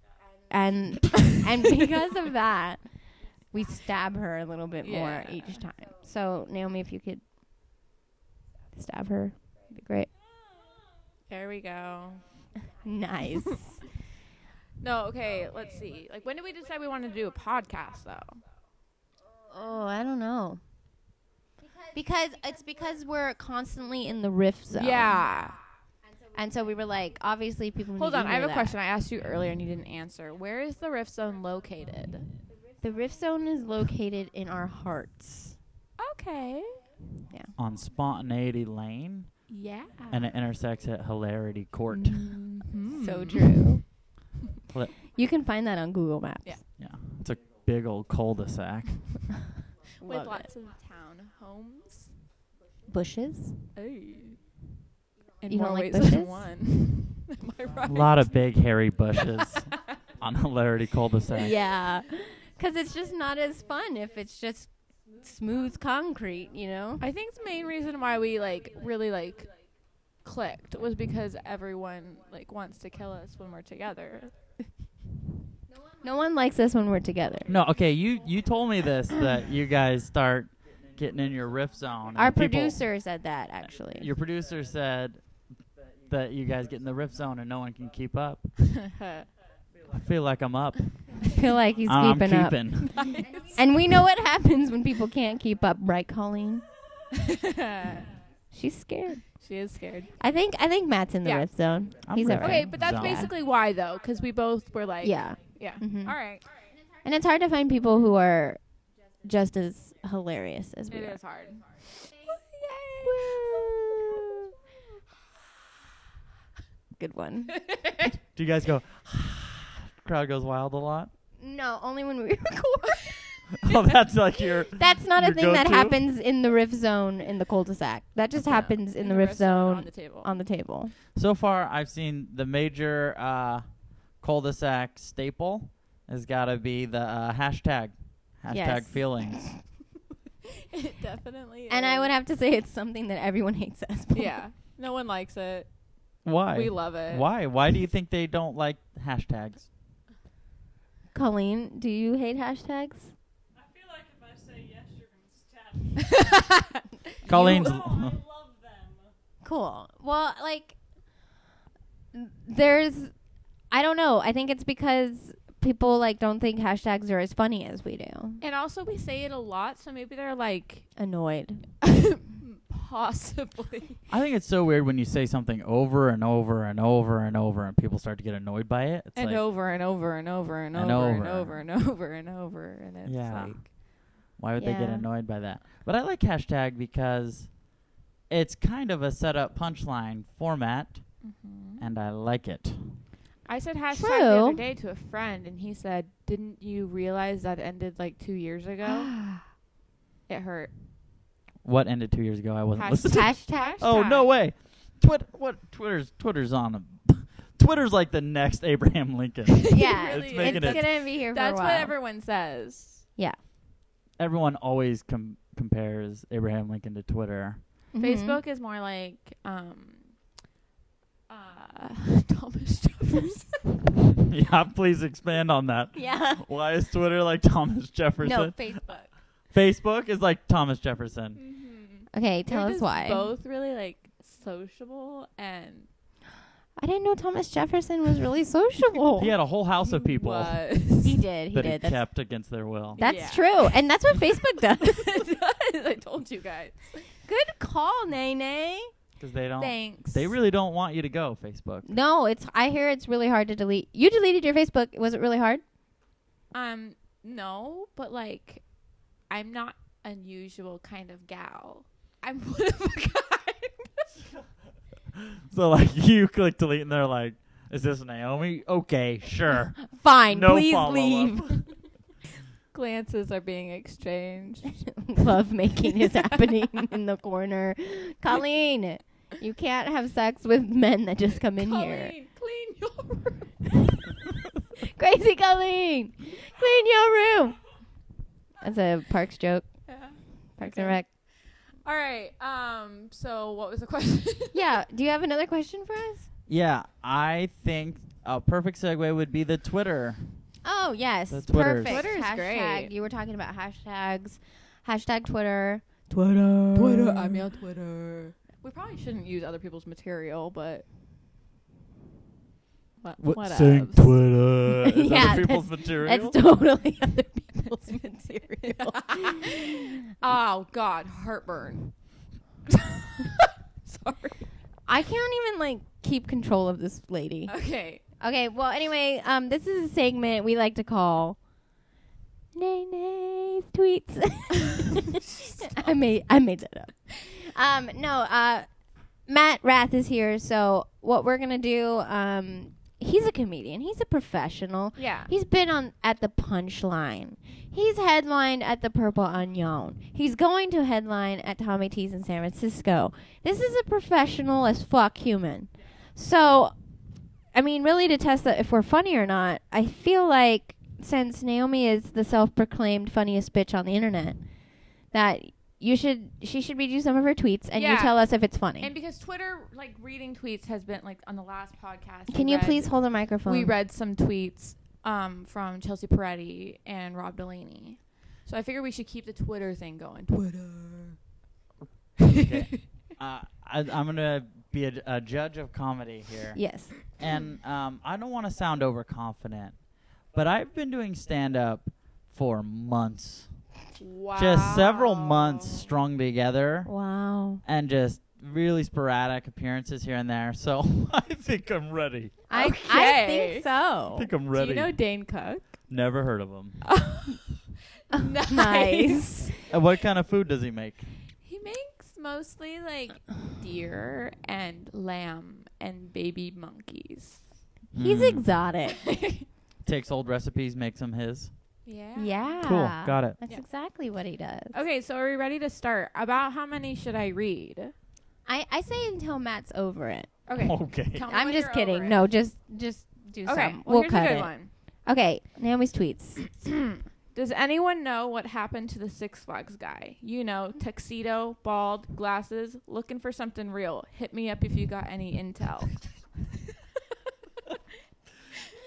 Speaker 1: and and because of that, we stab her a little bit more
Speaker 2: Yeah.
Speaker 1: each time. So Naomi, if you could stab her, that'd be great.
Speaker 2: There we go.
Speaker 1: Nice.
Speaker 2: No. Oh, Okay. Let's see. Like, when did we decide we wanted to do a podcast though?
Speaker 1: oh, I don't know. Because it's because we're constantly in the riff zone.
Speaker 2: Yeah.
Speaker 1: And so we were like, obviously people.
Speaker 2: Hold
Speaker 1: need to
Speaker 2: on. I have
Speaker 1: know
Speaker 2: a
Speaker 1: that.
Speaker 2: question I asked you earlier and you didn't answer. Where is the rift zone located?
Speaker 1: The riff zone is located in our hearts.
Speaker 2: Okay.
Speaker 3: On Spontaneity Lane,
Speaker 2: Yeah.
Speaker 3: and it intersects at Hilarity Court.
Speaker 2: Mm-hmm.
Speaker 1: So true. you can find that on Google Maps.
Speaker 2: Yeah.
Speaker 3: Yeah, it's a big old cul-de-sac.
Speaker 2: With
Speaker 1: Love it.
Speaker 2: lots of town homes.
Speaker 1: Bushes.
Speaker 2: Hey. In
Speaker 1: You
Speaker 2: more
Speaker 1: don't like
Speaker 2: ways than
Speaker 1: bushes?
Speaker 2: one. Am I
Speaker 3: A
Speaker 2: right?
Speaker 3: lot of big hairy bushes. on hilarity cul-de-sac.
Speaker 1: Yeah. Because it's just not as fun if it's just smooth concrete, you know?
Speaker 2: I think the main reason why we like really like clicked was because everyone like wants to kill us when we're together.
Speaker 1: No one likes us when we're together.
Speaker 3: No, okay, you you told me this that you guys start getting in your riff zone. and
Speaker 1: Our
Speaker 3: people-
Speaker 1: producer said that, actually.
Speaker 3: your producer said that you guys get in the riff zone and no one can keep up. I feel like I'm up.
Speaker 1: I feel like he's
Speaker 3: I'm
Speaker 1: keeping up.
Speaker 3: keeping.
Speaker 1: And we know what happens when people can't keep up, right, Colleen? She's scared.
Speaker 2: she is scared.
Speaker 1: I think I think Matt's in the
Speaker 2: Yeah.
Speaker 1: rift zone.
Speaker 3: I'm
Speaker 1: He's
Speaker 3: riffing.
Speaker 1: alright.
Speaker 2: Okay, but that's
Speaker 3: Zone.
Speaker 2: basically why though, because we both were like,
Speaker 1: Yeah.
Speaker 2: yeah. Mm-hmm.
Speaker 1: Mhm.
Speaker 2: All right,
Speaker 1: And it's hard to find people who are just as hilarious as we
Speaker 2: it
Speaker 1: are.
Speaker 2: is hard.
Speaker 1: Good one.
Speaker 3: Do you guys go? Crowd goes wild a lot.
Speaker 1: no, only when we record.
Speaker 3: oh, that's like your.
Speaker 1: That's not a
Speaker 3: Your
Speaker 1: thing that
Speaker 3: go-to?
Speaker 1: happens in the rift zone in the cul-de-sac. That just happens in the rift
Speaker 2: on
Speaker 1: zone
Speaker 2: the Um, table.
Speaker 1: on the table.
Speaker 3: So far, I've seen the major uh, cul-de-sac staple has got to be the uh, hashtag, hashtag
Speaker 1: Yes.
Speaker 3: feelings.
Speaker 2: it definitely.
Speaker 1: And I
Speaker 2: is.
Speaker 1: would have to say it's something that everyone hates us. for.
Speaker 2: Yeah, no one likes it.
Speaker 3: Why?
Speaker 2: We love it.
Speaker 3: Why? Why do you think they don't like hashtags?
Speaker 1: Colleen, do you hate hashtags?
Speaker 6: I feel like if I say yes, you're going to stab me.
Speaker 3: Colleen's.
Speaker 6: No, I love them.
Speaker 1: Cool. Well, like there's I don't know. I think it's because people like don't think hashtags are as funny as we do.
Speaker 2: And also, we say it a lot, so maybe they're like,
Speaker 1: Annoyed.
Speaker 2: possibly.
Speaker 3: I think it's so weird when you say something over and over and over and over, and people start to get annoyed by it. It's
Speaker 2: and
Speaker 3: like,
Speaker 2: over and over and over and
Speaker 3: And
Speaker 2: over and
Speaker 3: over.
Speaker 2: over and over and over and it's
Speaker 3: Yeah.
Speaker 2: like
Speaker 3: Why would they get
Speaker 1: Yeah.
Speaker 3: annoyed by that? But I like hashtag because it's kind of a setup punchline format, and I like it.
Speaker 2: I said hashtag the other
Speaker 1: True.
Speaker 2: day to a friend and he said, Didn't you realize that ended like two years ago? it hurt.
Speaker 3: What ended two years ago? I wasn't
Speaker 2: Hashtag-
Speaker 3: listening.
Speaker 1: Hashtag
Speaker 3: Oh no
Speaker 2: hashtag.
Speaker 3: way! Twit what Twitter's Twitter's on. A, Twitter's like the next Abraham Lincoln.
Speaker 1: Yeah.
Speaker 3: It's
Speaker 1: it's
Speaker 3: making it-
Speaker 1: gonna be here
Speaker 2: That's
Speaker 1: for a
Speaker 2: what
Speaker 1: while.
Speaker 2: everyone says.
Speaker 3: Everyone always com- compares Abraham Lincoln to Twitter.
Speaker 1: Mhm.
Speaker 2: Facebook is more like um uh Thomas Jefferson.
Speaker 3: yeah, please expand on that.
Speaker 1: Yeah.
Speaker 3: Why is Twitter like Thomas
Speaker 1: No,
Speaker 3: Jefferson?
Speaker 1: Facebook.
Speaker 3: Facebook is like Thomas Jefferson.
Speaker 1: Okay, tell
Speaker 2: They're
Speaker 1: us
Speaker 2: just
Speaker 1: why.
Speaker 2: Both really like sociable and
Speaker 1: I didn't know Thomas Jefferson was really sociable.
Speaker 3: He had a whole house of people
Speaker 2: was-
Speaker 1: He did. Oh. He
Speaker 3: that he
Speaker 1: did. That's,
Speaker 3: kept against their will.
Speaker 1: that's
Speaker 2: Yeah.
Speaker 1: true. And that's what Facebook does.
Speaker 2: I told you guys.
Speaker 1: Good call, Nene.
Speaker 3: Because they don't.
Speaker 2: Thanks.
Speaker 3: They really don't want you to go, Facebook.
Speaker 1: No, it's I hear it's really hard to delete. You deleted your Facebook. Was it really hard?
Speaker 2: um no, but like I'm not unusual kind of gal. I'm one of a kind.
Speaker 3: So, like, you click delete and they're like, is this Naomi? Okay, sure.
Speaker 1: Fine.
Speaker 3: No
Speaker 1: please
Speaker 3: follow-up.
Speaker 1: leave.
Speaker 2: Glances are being exchanged.
Speaker 1: Love making is happening in the corner. Colleen, you can't have sex with men that just come in here.
Speaker 2: Colleen, clean your room.
Speaker 1: Crazy Colleen, clean your room. That's a Parks joke.
Speaker 2: Yeah.
Speaker 1: Parks
Speaker 2: Okay.
Speaker 1: and Rec.
Speaker 2: All right. Um. So, what was the question?
Speaker 1: Yeah. Do you have another question for us?
Speaker 3: Yeah, I think a perfect segue would be the Twitter.
Speaker 1: Oh yes,
Speaker 3: The Twitters.
Speaker 1: perfect.
Speaker 2: Twitter's
Speaker 1: hashtag.
Speaker 2: great.
Speaker 1: You were talking about hashtags. Hashtag Twitter.
Speaker 3: Twitter.
Speaker 2: on Twitter. We probably shouldn't use other people's material, but what? What? ups?
Speaker 3: Twitter. Is
Speaker 1: Yeah,
Speaker 3: other people's
Speaker 1: That's
Speaker 3: material?
Speaker 1: totally other people's material.
Speaker 2: oh God, heartburn. Sorry.
Speaker 1: I can't even like keep control of this lady.
Speaker 2: Okay.
Speaker 1: Okay, well anyway, um this is a segment we like to call Nay Nay's tweets. I made I made that up. Um no, uh Matt Rath is here, so what we're gonna do, um he's a comedian, he's a professional.
Speaker 2: Yeah.
Speaker 1: He's been on at the punchline. He's headlined at the Purple Onion. He's going to headline at Tommy T's in San Francisco. This is a professional as fuck human. So I mean, really to test that if we're funny or not, I feel like since Naomi is the self-proclaimed funniest bitch on the internet, that you should she should read you some of her tweets and you
Speaker 2: Yeah.
Speaker 1: tell us if it's funny.
Speaker 2: And because Twitter, like reading tweets, has been like on the last podcast.
Speaker 1: Can
Speaker 2: we
Speaker 1: you
Speaker 2: read-
Speaker 1: please hold the microphone?
Speaker 2: We read some tweets um, from Chelsea Peretti and Rob Delaney. So I figure we should keep the Twitter thing going. Twitter.
Speaker 3: Okay. uh, I, I'm gonna be a, a judge of comedy here,
Speaker 1: Yes.
Speaker 3: and um, I don't want to sound overconfident, but I've been doing stand up for months,
Speaker 5: Wow.
Speaker 3: just several months strung together,
Speaker 1: Wow.
Speaker 3: and just really sporadic appearances here and there. So I think I'm ready.
Speaker 1: I I
Speaker 2: Okay.
Speaker 1: think so.
Speaker 3: I think I'm
Speaker 2: Do
Speaker 3: ready.
Speaker 2: you know Dane Cook?
Speaker 3: Never heard of him.
Speaker 1: Oh, nice.
Speaker 3: Uh, what kind of food does he make?
Speaker 2: He makes mostly like deer and lamb and baby monkeys.
Speaker 1: He's
Speaker 3: Mm.
Speaker 1: exotic.
Speaker 3: takes old recipes, makes them his.
Speaker 2: Yeah.
Speaker 1: yeah.
Speaker 3: Cool. Got it.
Speaker 1: That's
Speaker 2: Yeah.
Speaker 1: exactly what he does.
Speaker 2: Okay, so are we ready to start? About how many should I read?
Speaker 1: I, I say until Matt's over it.
Speaker 2: Okay.
Speaker 3: Oh, Okay.
Speaker 2: tell me
Speaker 1: I'm
Speaker 2: when
Speaker 1: just
Speaker 2: you're over
Speaker 1: kidding.
Speaker 2: it.
Speaker 1: No, just just do
Speaker 2: Okay.
Speaker 1: some.
Speaker 2: Well,
Speaker 1: we'll
Speaker 2: here's
Speaker 1: cut
Speaker 2: a good
Speaker 1: it.
Speaker 2: one.
Speaker 1: Okay, Naomi's tweets.
Speaker 2: Does anyone know what happened to the Six Flags guy? You know, tuxedo, bald, glasses, looking for something real. Hit me up if you got any intel.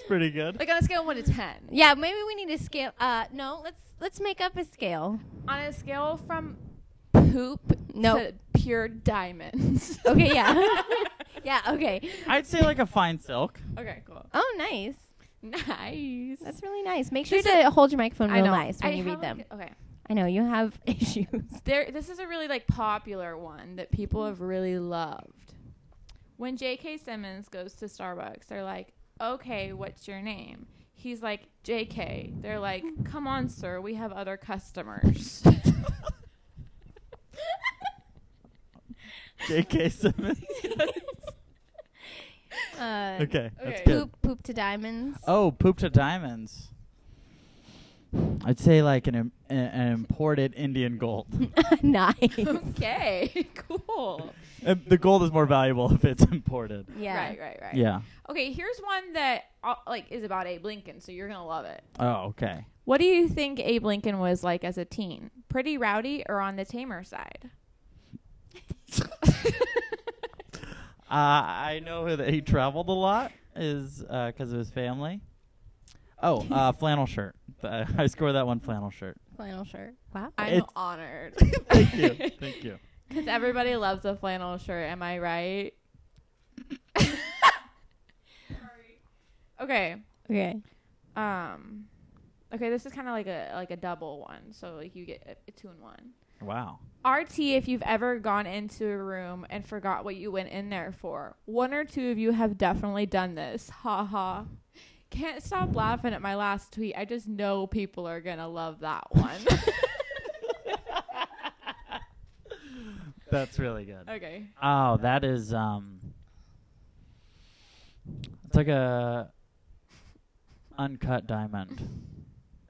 Speaker 3: Pretty good.
Speaker 2: like on a scale of one to ten.
Speaker 1: Yeah, maybe we need to scale. Uh, no, let's let's make up a scale.
Speaker 2: On a scale from poop
Speaker 1: Nope.
Speaker 2: to pure diamonds.
Speaker 1: Okay, yeah, yeah. Okay.
Speaker 3: I'd say like a fine silk.
Speaker 2: okay, cool.
Speaker 1: Oh, nice.
Speaker 2: Nice.
Speaker 1: That's really nice. Make sure
Speaker 2: This is-
Speaker 1: to hold your microphone
Speaker 2: I
Speaker 1: real
Speaker 2: know.
Speaker 1: nice when
Speaker 2: I
Speaker 1: you
Speaker 2: have,
Speaker 1: read them.
Speaker 2: like, okay.
Speaker 1: I know you have issues.
Speaker 2: There this is a really like popular one that people have really loved. When JK Simmons goes to Starbucks, they're like, "Okay, what's your name?" He's like, "JK." They're like, "Come on, sir, we have other customers."
Speaker 3: J.K. Simmons.
Speaker 1: Uh,
Speaker 3: Okay, that's
Speaker 2: Okay.
Speaker 3: good.
Speaker 1: Poop, poop to diamonds.
Speaker 3: Oh, poop to diamonds. I'd say like an im- a- an imported Indian gold.
Speaker 1: nice.
Speaker 2: okay, cool.
Speaker 3: Uh, the gold is more valuable if it's imported.
Speaker 1: Yeah.
Speaker 2: Right, right, right.
Speaker 3: Yeah.
Speaker 2: Okay, here's one that uh, like is about Abe Lincoln, so you're going to love it.
Speaker 3: Oh, okay.
Speaker 2: What do you think Abe Lincoln was like as a teen? Pretty rowdy or on the tamer side?
Speaker 3: Uh, I know that he traveled a lot is because of his family. Oh, uh, flannel shirt. Uh, I scored that one flannel shirt.
Speaker 1: Flannel shirt. Wow.
Speaker 2: I'm
Speaker 3: It's-
Speaker 2: honored.
Speaker 3: Thank you. Thank you.
Speaker 2: Because everybody loves a flannel shirt, am I right? okay.
Speaker 1: Okay.
Speaker 2: Um Okay, this is kind of like a like a double one, so like you get a, a two and one.
Speaker 3: Wow.
Speaker 2: RT if you've ever gone into a room and forgot what you went in there for. One or two of you have definitely done this. Ha ha. Can't stop laughing at my last tweet. I just know people are going to love that one.
Speaker 3: That's really good.
Speaker 2: okay.
Speaker 3: Oh, that is um It's like a uncut diamond.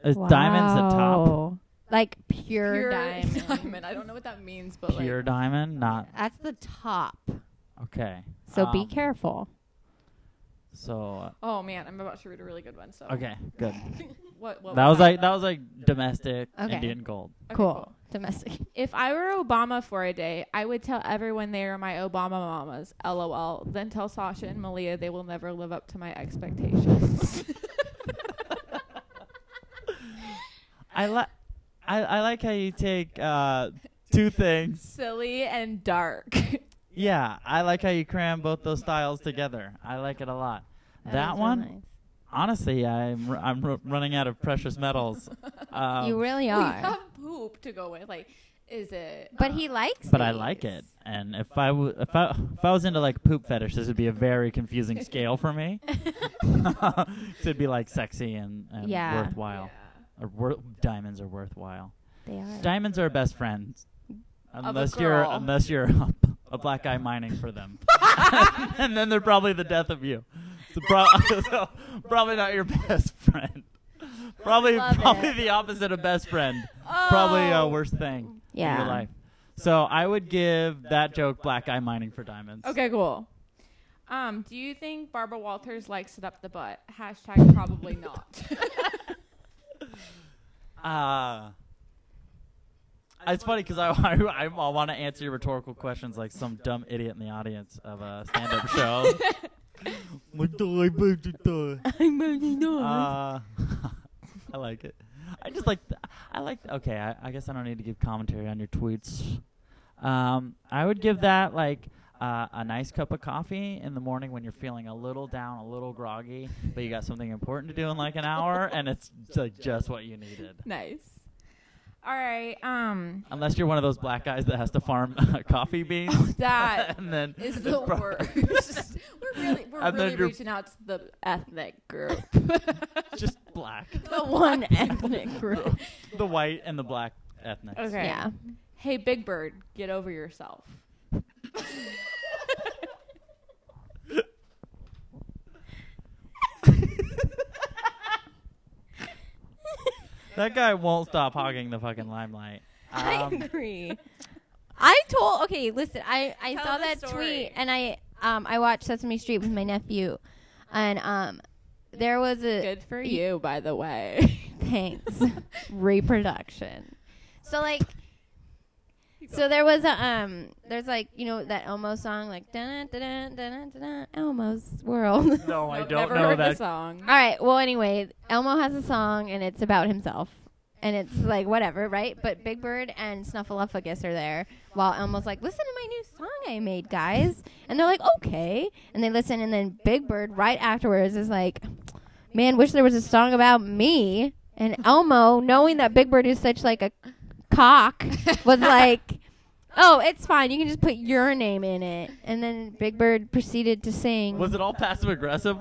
Speaker 3: Is diamonds the top?
Speaker 1: Wow. Like pure,
Speaker 2: Pure
Speaker 1: diamond.
Speaker 2: diamond. I don't know what that means, but
Speaker 3: Pure
Speaker 2: like
Speaker 3: diamond? Not
Speaker 1: That's the top.
Speaker 3: okay.
Speaker 1: So be
Speaker 3: Um,
Speaker 1: careful.
Speaker 3: So
Speaker 2: Oh man, I'm about to read a really good one. So
Speaker 3: uh, okay, good.
Speaker 2: what, what
Speaker 3: That was like that was like domestic
Speaker 1: Okay.
Speaker 3: Indian gold.
Speaker 2: Okay,
Speaker 1: cool. Domestic.
Speaker 2: If I were Obama for a day, I would tell everyone they are my Obama mamas. LOL. Then tell Sasha and Malia they will never live up to my expectations.
Speaker 3: I like I, I like how you take uh two things.
Speaker 2: Silly and dark.
Speaker 3: Yeah, I like how you cram both those styles together. I like it a lot. That
Speaker 1: is
Speaker 3: one,
Speaker 1: really nice.
Speaker 3: honestly, I'm r- I'm r- running out of precious metals. Um,
Speaker 1: you really
Speaker 2: We
Speaker 1: are.
Speaker 2: have poop to go with. Like, is it?
Speaker 1: but he likes.
Speaker 3: but I like
Speaker 1: these.
Speaker 3: it. And if I w- if I if I was into like poop fetish, this would be a very confusing scale for me. It'd be like sexy and, and
Speaker 1: Yeah.
Speaker 2: Oh,
Speaker 3: worthwhile. Or wor- diamonds are worthwhile.
Speaker 1: They are.
Speaker 3: Diamonds are best friends,
Speaker 2: a
Speaker 3: unless you're
Speaker 2: girl.
Speaker 3: unless you're a, a black guy mining for them, and then they're probably the death of you. So pro- so probably not your best friend. Probably
Speaker 1: Love
Speaker 3: probably
Speaker 1: it.
Speaker 3: the opposite of best friend. Probably uh, a
Speaker 2: Oh.
Speaker 3: worst thing in
Speaker 1: Yeah.
Speaker 3: your life. So I would give that joke black eye mining for diamonds.
Speaker 2: Okay, cool. Um, do you think Barbara Walters likes it up the butt? Hashtag probably not.
Speaker 3: Uh, it's funny because I, I, I want to answer your rhetorical questions like some dumb idiot in the audience of a stand up show. My toy, my toy. Uh, I like it. I just like. Th- I like. Th- okay, I, I guess I don't need to give commentary on your tweets. Um, I would give that like uh, a nice cup of coffee in the morning when you're feeling a little down, a little groggy, but you got something important to do in like an hour, and it's like just what you needed.
Speaker 2: nice. All right. Um,
Speaker 3: Unless you're one of those black guys that has to farm coffee beans,
Speaker 2: Oh, that
Speaker 3: and then
Speaker 2: is the
Speaker 3: Bro-
Speaker 2: worst. we're really, we're
Speaker 3: And then
Speaker 2: really
Speaker 3: you're-
Speaker 2: reaching out to the ethnic group.
Speaker 3: just black,
Speaker 1: the one ethnic group.
Speaker 3: the white and the black ethnic.
Speaker 2: Okay.
Speaker 1: Yeah.
Speaker 2: Hey, Big Bird, get over yourself.
Speaker 3: That guy won't stop hogging the fucking limelight.
Speaker 1: I
Speaker 3: Um,
Speaker 1: agree. I told okay, listen, I, I
Speaker 2: Tell
Speaker 1: saw
Speaker 2: the
Speaker 1: that
Speaker 2: story.
Speaker 1: tweet and I um I watched Sesame Street with my nephew and um there was a
Speaker 2: Good for you, by the way.
Speaker 1: thanks reproduction. So like so there was a um there's like you know that Elmo song like dun dun dun dun Elmo's world.
Speaker 3: no, I
Speaker 2: I've
Speaker 3: don't
Speaker 2: never
Speaker 3: know
Speaker 2: heard the
Speaker 3: that.
Speaker 2: song.
Speaker 1: All right. Well, anyway, Elmo has a song and it's about himself. And it's like whatever, right? But Big Bird and Snuffleupagus are there, while Elmo's like, "Listen to my new song I made, guys." And they're like, "Okay." And they listen, and then Big Bird right afterwards is like, "Man, wish there was a song about me." And Elmo, knowing that Big Bird is such like a cock, was like, "Oh, it's fine. You can just put your name in it." And then Big Bird proceeded to sing.
Speaker 3: Was it all passive aggressive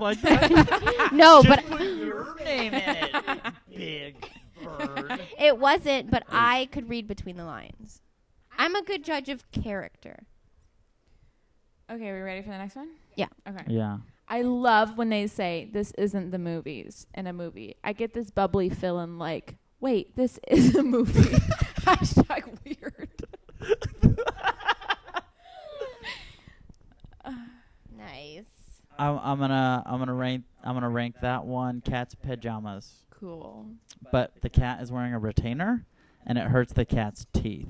Speaker 3: like that?
Speaker 1: no, but
Speaker 3: Just put your name in it, big bird.
Speaker 1: It wasn't, but I could read between the lines. I'm a good judge of character.
Speaker 2: Okay, are we ready for the next one?
Speaker 1: Yeah.
Speaker 2: Okay.
Speaker 3: Yeah.
Speaker 2: I love when they say this isn't the movies in a movie. I get this bubbly feeling like, wait, this is a movie. Hashtag weird.
Speaker 1: Nice.
Speaker 3: I'm, I'm gonna I'm gonna rank I'm gonna rank that one cat's pajamas.
Speaker 2: Cool.
Speaker 3: But the cat is wearing a retainer, and it hurts the cat's teeth.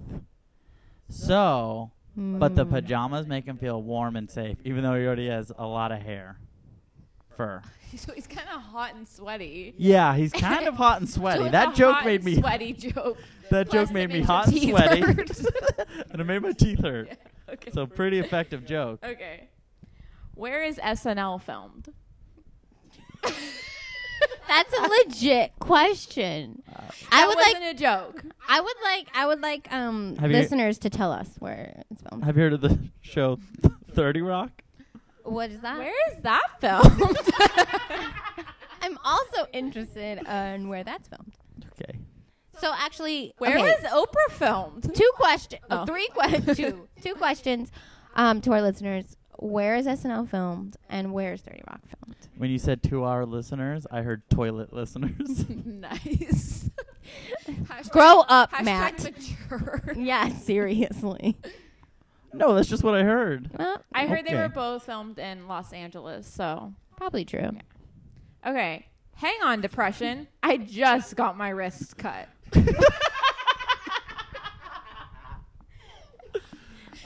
Speaker 3: So, but
Speaker 2: Hmm.
Speaker 1: Hmm.
Speaker 3: the pajamas make him feel warm and safe, even though he already has a lot of hair, fur.
Speaker 2: So he's kind of hot and sweaty.
Speaker 3: Yeah, he's kind of hot and
Speaker 2: So
Speaker 3: sweaty.
Speaker 2: it's a
Speaker 3: That joke
Speaker 2: hot
Speaker 3: made
Speaker 2: and
Speaker 3: me
Speaker 2: sweaty joke.
Speaker 3: that
Speaker 2: Plus
Speaker 3: joke
Speaker 2: it
Speaker 3: made
Speaker 2: made
Speaker 3: me
Speaker 2: your
Speaker 3: hot and
Speaker 2: teeth
Speaker 3: sweaty,
Speaker 2: hurt.
Speaker 3: and it made my teeth hurt.
Speaker 2: Yeah, Okay.
Speaker 3: So pretty effective joke.
Speaker 2: okay. Where is SNL filmed?
Speaker 1: That's a legit question. I
Speaker 3: Uh,
Speaker 2: That
Speaker 1: would
Speaker 2: wasn't
Speaker 1: like
Speaker 2: a joke.
Speaker 1: I would like I would like um
Speaker 3: Have you-
Speaker 1: listeners to tell us where it's filmed.
Speaker 3: Have you heard of the show Thirty Rock?
Speaker 1: What is that?
Speaker 2: Where is that filmed?
Speaker 1: I'm also interested on where that's filmed.
Speaker 3: Okay.
Speaker 1: So actually,
Speaker 2: Where
Speaker 1: okay,
Speaker 2: was Oprah filmed?
Speaker 1: two questions,
Speaker 2: Oh.
Speaker 1: three questions, two, two questions um, to our listeners. Where is SNL filmed, and where is Thirty Rock filmed?
Speaker 3: When you said to our listeners, I heard toilet listeners.
Speaker 2: nice. Hashtag-
Speaker 1: Grow up,
Speaker 2: hashtag
Speaker 1: Matt.
Speaker 2: mature.
Speaker 1: Yeah, seriously.
Speaker 3: no, that's just what I heard.
Speaker 1: well,
Speaker 2: I heard they were
Speaker 3: Okay.
Speaker 2: both filmed in Los Angeles, so.
Speaker 1: probably true.
Speaker 2: Okay. Hang on, depression. I just got my wrists cut.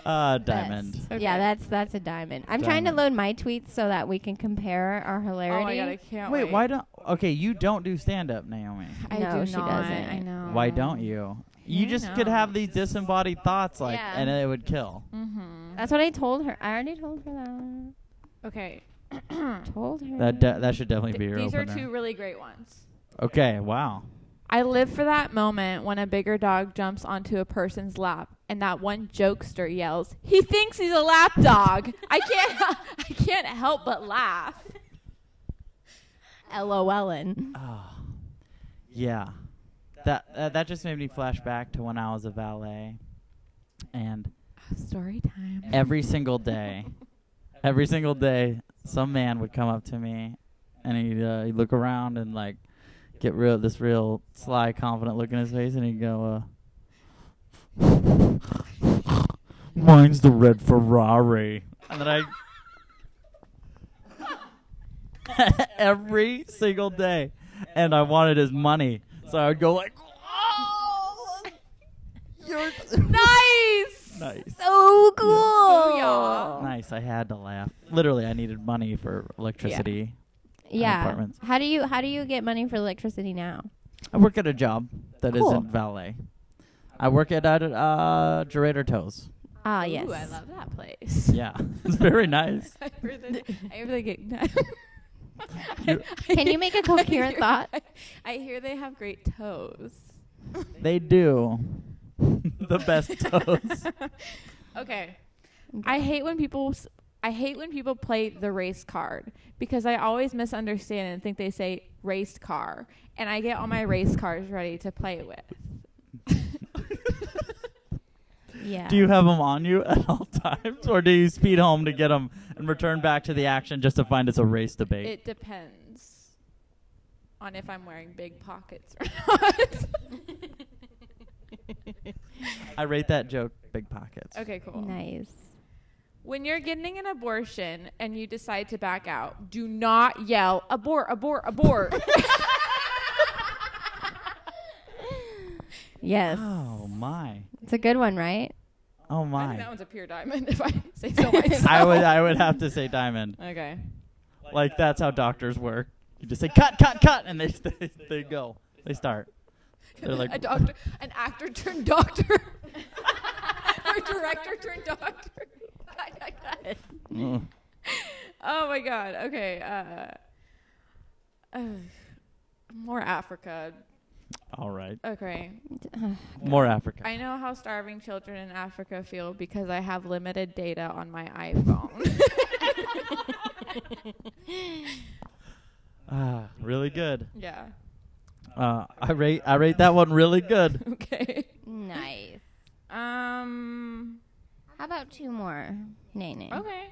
Speaker 3: Uh, diamond.
Speaker 1: Best.
Speaker 2: Okay.
Speaker 1: Yeah, that's that's a diamond. I'm trying to load
Speaker 3: Diamond.
Speaker 1: my tweets so that we can compare our
Speaker 2: Oh
Speaker 1: hilarity.
Speaker 2: my god, I can't
Speaker 3: Wait, why don't? Okay, you don't do stand up, Naomi.
Speaker 2: I
Speaker 1: No,
Speaker 2: do
Speaker 1: she
Speaker 2: not.
Speaker 1: doesn't.
Speaker 2: I know.
Speaker 3: Why don't you? You
Speaker 2: Who
Speaker 3: just could have these disembodied thoughts, like,
Speaker 1: Yeah.
Speaker 3: and it would kill.
Speaker 2: Mm-hmm.
Speaker 1: That's what I told her. I already told her that.
Speaker 2: Okay.
Speaker 1: Told her.
Speaker 3: That de- that should definitely
Speaker 2: Mm.
Speaker 3: be
Speaker 2: Th-
Speaker 3: your
Speaker 2: These are
Speaker 3: opener.
Speaker 2: two really great ones.
Speaker 3: okay, wow.
Speaker 2: I live for that moment when a bigger dog jumps onto a person's lap and that one jokester yells, "He thinks he's a lap dog." I can't I can't help but laugh.
Speaker 1: LOLin.
Speaker 3: Ah, yeah. That uh, that just made me flash back to when I was a valet, and
Speaker 2: Story time.
Speaker 3: every single day, every single day, some man would come up to me, and he'd, uh, he'd look around and like get real this real sly, confident look in his face, and he'd go, uh, "Mine's the red Ferrari," and then I. every single day, and I wanted his money. So I would go like, "Oh, you're
Speaker 2: nice. Oh,
Speaker 3: nice,
Speaker 1: So cool. Oh.
Speaker 2: Booyah.
Speaker 3: nice." I had to laugh. Literally, I needed money for electricity. and
Speaker 1: Yeah.
Speaker 3: apartments.
Speaker 1: How do you how do you get money for electricity now?
Speaker 3: I work at a job that
Speaker 1: Cool.
Speaker 3: not valet. I work at uh, uh, Gerator Toes.
Speaker 1: Ah, yes.
Speaker 2: Ooh, I love that place.
Speaker 3: Yeah, it's very nice.
Speaker 2: I really, I really get.
Speaker 1: Can you make a
Speaker 2: I
Speaker 1: coherent
Speaker 2: hear-
Speaker 1: thought?
Speaker 2: I hear they have great toes.
Speaker 3: They do the best toes.
Speaker 2: okay. I hate when people. s- I hate when people play the race card because I always misunderstand and think they say race car, and I get all my race cars ready to play with.
Speaker 1: Yeah.
Speaker 3: Do you have them on you at all times, or do you speed home to get them and return back to the action just to find it's a race debate?
Speaker 2: it depends on if I'm wearing big pockets or not.
Speaker 3: I rate that joke big pockets.
Speaker 2: okay, cool.
Speaker 1: nice.
Speaker 2: When you're getting an abortion and you decide to back out, do not yell abort, abort, abort.
Speaker 1: Yes.
Speaker 3: Oh my.
Speaker 1: It's a good one, right?
Speaker 2: I
Speaker 3: Oh
Speaker 2: think that
Speaker 3: my.
Speaker 2: one's a pure diamond if I say so myself.
Speaker 3: I would I would have to say diamond.
Speaker 2: okay.
Speaker 3: Like that's how doctors work. You just say cut, cut, cut, and they they, they go. They start. They're
Speaker 2: a
Speaker 3: like
Speaker 2: doctor, an actor turned doctor, or director turned doctor. Cut, cut, cut.
Speaker 3: "Mm."
Speaker 2: Oh my god. Okay. Uh, uh, more Africa.
Speaker 3: all right.
Speaker 2: Okay.
Speaker 3: More Africa.
Speaker 2: I know how starving children in Africa feel because I have limited data on my iPhone.
Speaker 3: Ah, really good.
Speaker 2: yeah.
Speaker 3: Uh, I rate I rate that one really good.
Speaker 2: Okay.
Speaker 1: Nice.
Speaker 2: Um.
Speaker 1: How about two more? Nay, nay.
Speaker 2: Okay.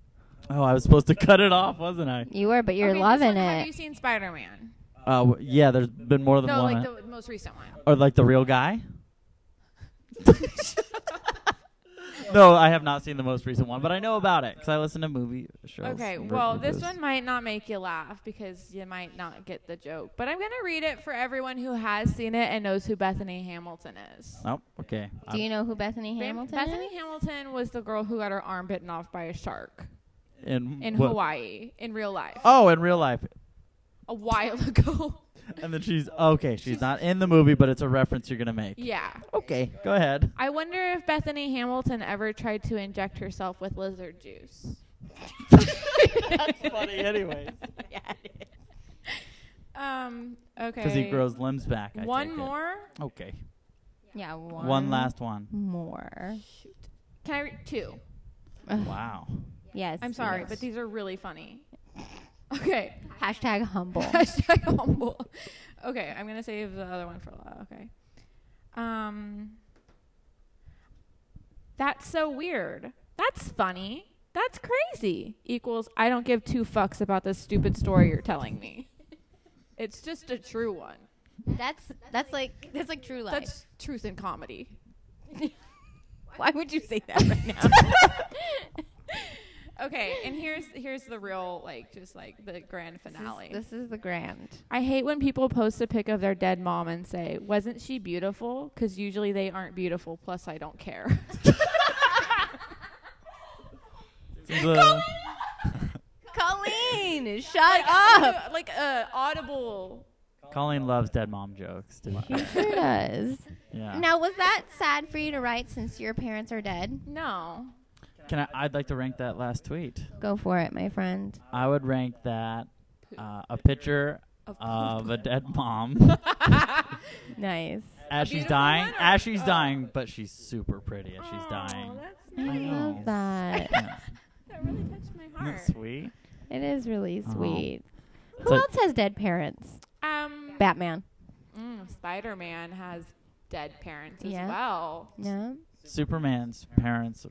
Speaker 3: Oh, I was supposed to cut it off, wasn't I?
Speaker 1: You were, but you're
Speaker 2: Okay, this
Speaker 1: loving
Speaker 2: one, Have you
Speaker 1: it.
Speaker 2: seen Spider Man?
Speaker 3: Uh, w- yeah, there's been more than
Speaker 2: No,
Speaker 3: one.
Speaker 2: like
Speaker 3: uh,
Speaker 2: the most recent one.
Speaker 3: or like the real guy? no, I have not seen the most recent one, but I know about it because I listen to movie shows.
Speaker 2: Okay,
Speaker 3: and
Speaker 2: well, this
Speaker 3: reviews.
Speaker 2: one might not make you laugh because you might not get the joke, but I'm going to read it for everyone who has seen it and knows who Bethany Hamilton is.
Speaker 3: Oh, okay. I'm-
Speaker 1: Do you know who Bethany
Speaker 2: Bam-
Speaker 1: Hamilton
Speaker 2: Bethany
Speaker 1: is?
Speaker 2: Hamilton was the girl who got her arm bitten off by a shark
Speaker 3: in
Speaker 2: in
Speaker 3: what-
Speaker 2: Hawaii in real life
Speaker 3: Oh, in real life.
Speaker 2: a while ago.
Speaker 3: And then she's okay. She's not in the movie, but it's a reference you're gonna make.
Speaker 2: yeah.
Speaker 3: Okay, go ahead.
Speaker 2: I wonder if Bethany Hamilton ever tried to inject herself with lizard juice.
Speaker 3: That's funny, anyways.
Speaker 2: Um, okay.
Speaker 3: Because he grows limbs back. I
Speaker 2: One
Speaker 3: take it.
Speaker 2: more?
Speaker 3: Okay.
Speaker 1: Yeah, one.
Speaker 3: One last one.
Speaker 1: more.
Speaker 2: Can I read two?
Speaker 3: Wow.
Speaker 1: Yes.
Speaker 2: I'm sorry,
Speaker 1: yes.
Speaker 2: but these are really funny. Okay.
Speaker 1: hashtag humble.
Speaker 2: Hashtag humble. Okay, I'm gonna save the other one for la- Okay. Um. That's so weird. That's funny. That's crazy. Equals I don't give two fucks about this stupid story you're telling me. It's just a true one.
Speaker 1: that's that's like that's like true life.
Speaker 2: That's truth in comedy.
Speaker 1: Why would you say that right now?
Speaker 2: Okay, and here's here's the real like just like the grand finale.
Speaker 1: This is the grand.
Speaker 2: I hate when people post a pic of their dead mom and say, "Wasn't she beautiful?" Because usually they aren't beautiful. Plus, I don't care.
Speaker 3: The-
Speaker 1: Colleen, shut up.
Speaker 2: Uh, like uh, audible.
Speaker 3: Colleen loves dead mom jokes. To be fair.
Speaker 1: Sure does.
Speaker 3: Yeah.
Speaker 1: Now, was that sad for you to write since your parents are dead?
Speaker 2: No.
Speaker 3: Can I? I'd like to rank that last tweet.
Speaker 1: Go for it, my friend.
Speaker 3: I would rank that uh, a picture of a dead mom
Speaker 1: Nice.
Speaker 3: as she's
Speaker 2: beautiful
Speaker 3: dying,
Speaker 2: one or-
Speaker 3: as
Speaker 1: Oh.
Speaker 3: she's dying, but she's super pretty as she's dying.
Speaker 1: I
Speaker 3: know.
Speaker 1: love that.
Speaker 3: Yeah.
Speaker 2: That really touched my
Speaker 3: Isn't
Speaker 2: heart.
Speaker 3: that sweet?
Speaker 1: It is really
Speaker 2: Uh-huh.
Speaker 3: Oh.
Speaker 1: sweet.
Speaker 3: It's
Speaker 1: Who
Speaker 3: like-
Speaker 1: else has dead parents?
Speaker 2: Um,
Speaker 1: Batman.
Speaker 2: mm, Spider-Man has dead parents as
Speaker 1: Yeah.
Speaker 2: well.
Speaker 1: No.
Speaker 3: Superman's parents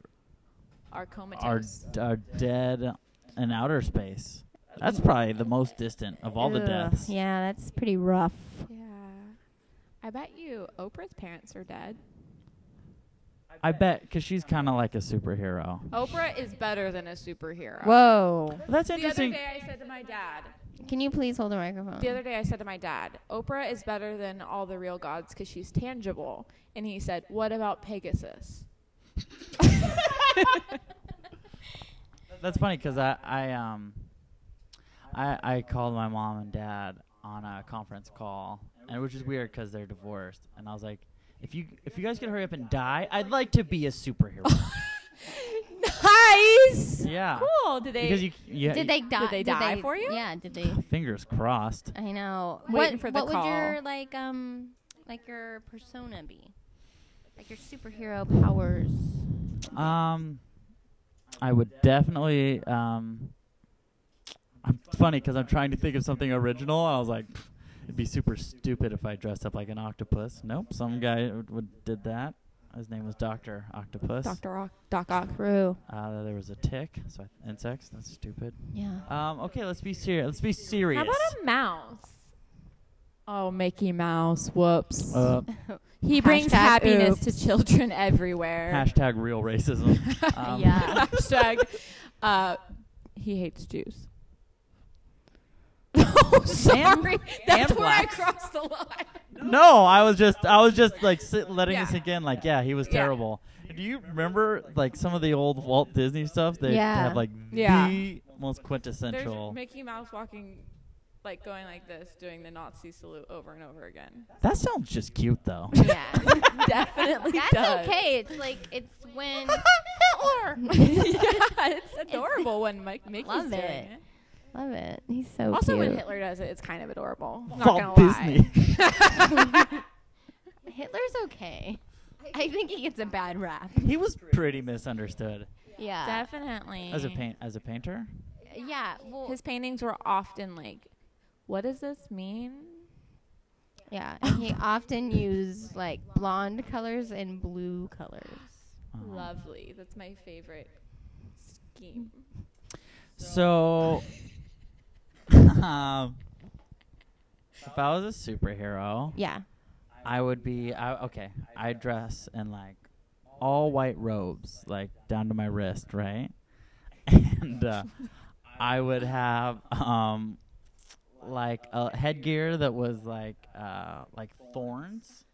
Speaker 2: Are comatose.
Speaker 3: are are dead in outer space. That's probably the most distant of all the
Speaker 1: Ugh.
Speaker 3: deaths.
Speaker 1: Yeah, that's pretty rough.
Speaker 2: Yeah. I bet you Oprah's parents are dead.
Speaker 3: I bet because she's kind of like a superhero.
Speaker 5: Oprah is better than a superhero.
Speaker 4: Whoa.
Speaker 3: That's
Speaker 2: Oh, The other
Speaker 3: interesting.
Speaker 2: day I said to my dad,
Speaker 4: Can you please hold the microphone?
Speaker 2: The other day, I said to my dad, Oprah is better than all the real gods because she's tangible. And he said, What about Pegasus?
Speaker 3: That's funny because I, I um I I called my mom and dad on a conference call, and which is weird because they're divorced. And I was like, if you if you guys could hurry up and die, I'd like to be a superhero.
Speaker 2: Nice!
Speaker 3: yeah,
Speaker 2: Cool. Did they?
Speaker 3: because you, yeah,
Speaker 1: Did they die?
Speaker 2: they die for you?
Speaker 1: Yeah. Did they?
Speaker 3: fingers crossed.
Speaker 1: I know.
Speaker 2: Waiting
Speaker 1: what
Speaker 2: for the
Speaker 1: what would your
Speaker 2: call.
Speaker 1: like um like your persona be? Like your superhero powers.
Speaker 3: Um, I would definitely um. I'm funny because I'm trying to think of something original. I was like, "Pff, it'd be super stupid if I dressed up like an octopus. Nope, some guy would, would did that. His name was Doctor Octopus.
Speaker 2: Dr. Ock, Doc Ock.
Speaker 1: True.
Speaker 3: Uh, there was a tick, so I, insects. That's stupid.
Speaker 1: Yeah.
Speaker 3: Um, okay, let's be serious. Let's be serious.
Speaker 2: How about a mouse? Oh, Mickey Mouse. Whoops.
Speaker 3: uh,
Speaker 2: he brings
Speaker 1: Hashtag
Speaker 2: happiness to children everywhere.
Speaker 3: hashtag real racism? Um,
Speaker 1: yeah.
Speaker 2: Hashtag. uh, he hates Jews. oh, sorry. That's
Speaker 3: and
Speaker 2: where I
Speaker 3: blacks.
Speaker 2: crossed the line.
Speaker 3: No, I was just, I was just like sit, letting
Speaker 2: Yeah.
Speaker 3: us again. Like, yeah, he was
Speaker 2: Yeah.
Speaker 3: terrible. Do you remember like some of the old Walt Disney stuff? They
Speaker 1: Yeah.
Speaker 3: have like
Speaker 2: Yeah.
Speaker 3: the most
Speaker 2: There's
Speaker 3: quintessential.
Speaker 2: Mickey Mouse walking, like going like this, doing the Nazi salute over and over again.
Speaker 3: That sounds just cute though.
Speaker 1: Yeah.
Speaker 2: Definitely
Speaker 1: That's
Speaker 2: does.
Speaker 1: okay. It's like it's when
Speaker 2: yeah, it's adorable when Mike Mickey's
Speaker 1: Love
Speaker 2: doing
Speaker 1: it.
Speaker 2: it.
Speaker 1: Love it. He's so
Speaker 2: Also,
Speaker 1: cute.
Speaker 2: when Hitler does it, it's kind of adorable. Not
Speaker 3: Walt
Speaker 2: gonna lie.
Speaker 3: Disney.
Speaker 1: Hitler's okay. I think he gets a bad rap.
Speaker 3: he was pretty misunderstood
Speaker 1: Yeah.
Speaker 2: Definitely.
Speaker 3: as a paint as a painter.
Speaker 1: yeah. Well,
Speaker 2: His paintings were often like, "What does this mean?"
Speaker 1: yeah. And he often used like blonde colors and blue colors.
Speaker 3: Uh-huh.
Speaker 2: Lovely. That's my favorite scheme.
Speaker 3: So, um, if I was a superhero,
Speaker 1: Yeah.
Speaker 3: I would be. I, okay, I dress in like all white robes, like down to my wrist, right? And uh, I would have um, like a headgear that was like uh, like thorns.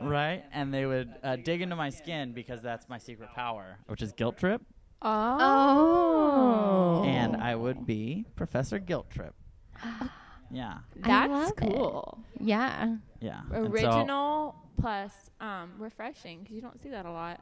Speaker 3: Right, and they would uh, dig into my skin because that's my secret power, which is guilt trip,
Speaker 2: Oh.
Speaker 3: and I would be Professor Guilt Trip. Yeah,
Speaker 1: I
Speaker 2: That's
Speaker 1: love it.
Speaker 2: cool.
Speaker 1: Yeah.
Speaker 3: yeah. And so-
Speaker 2: Original plus um, refreshing because you don't see that a lot.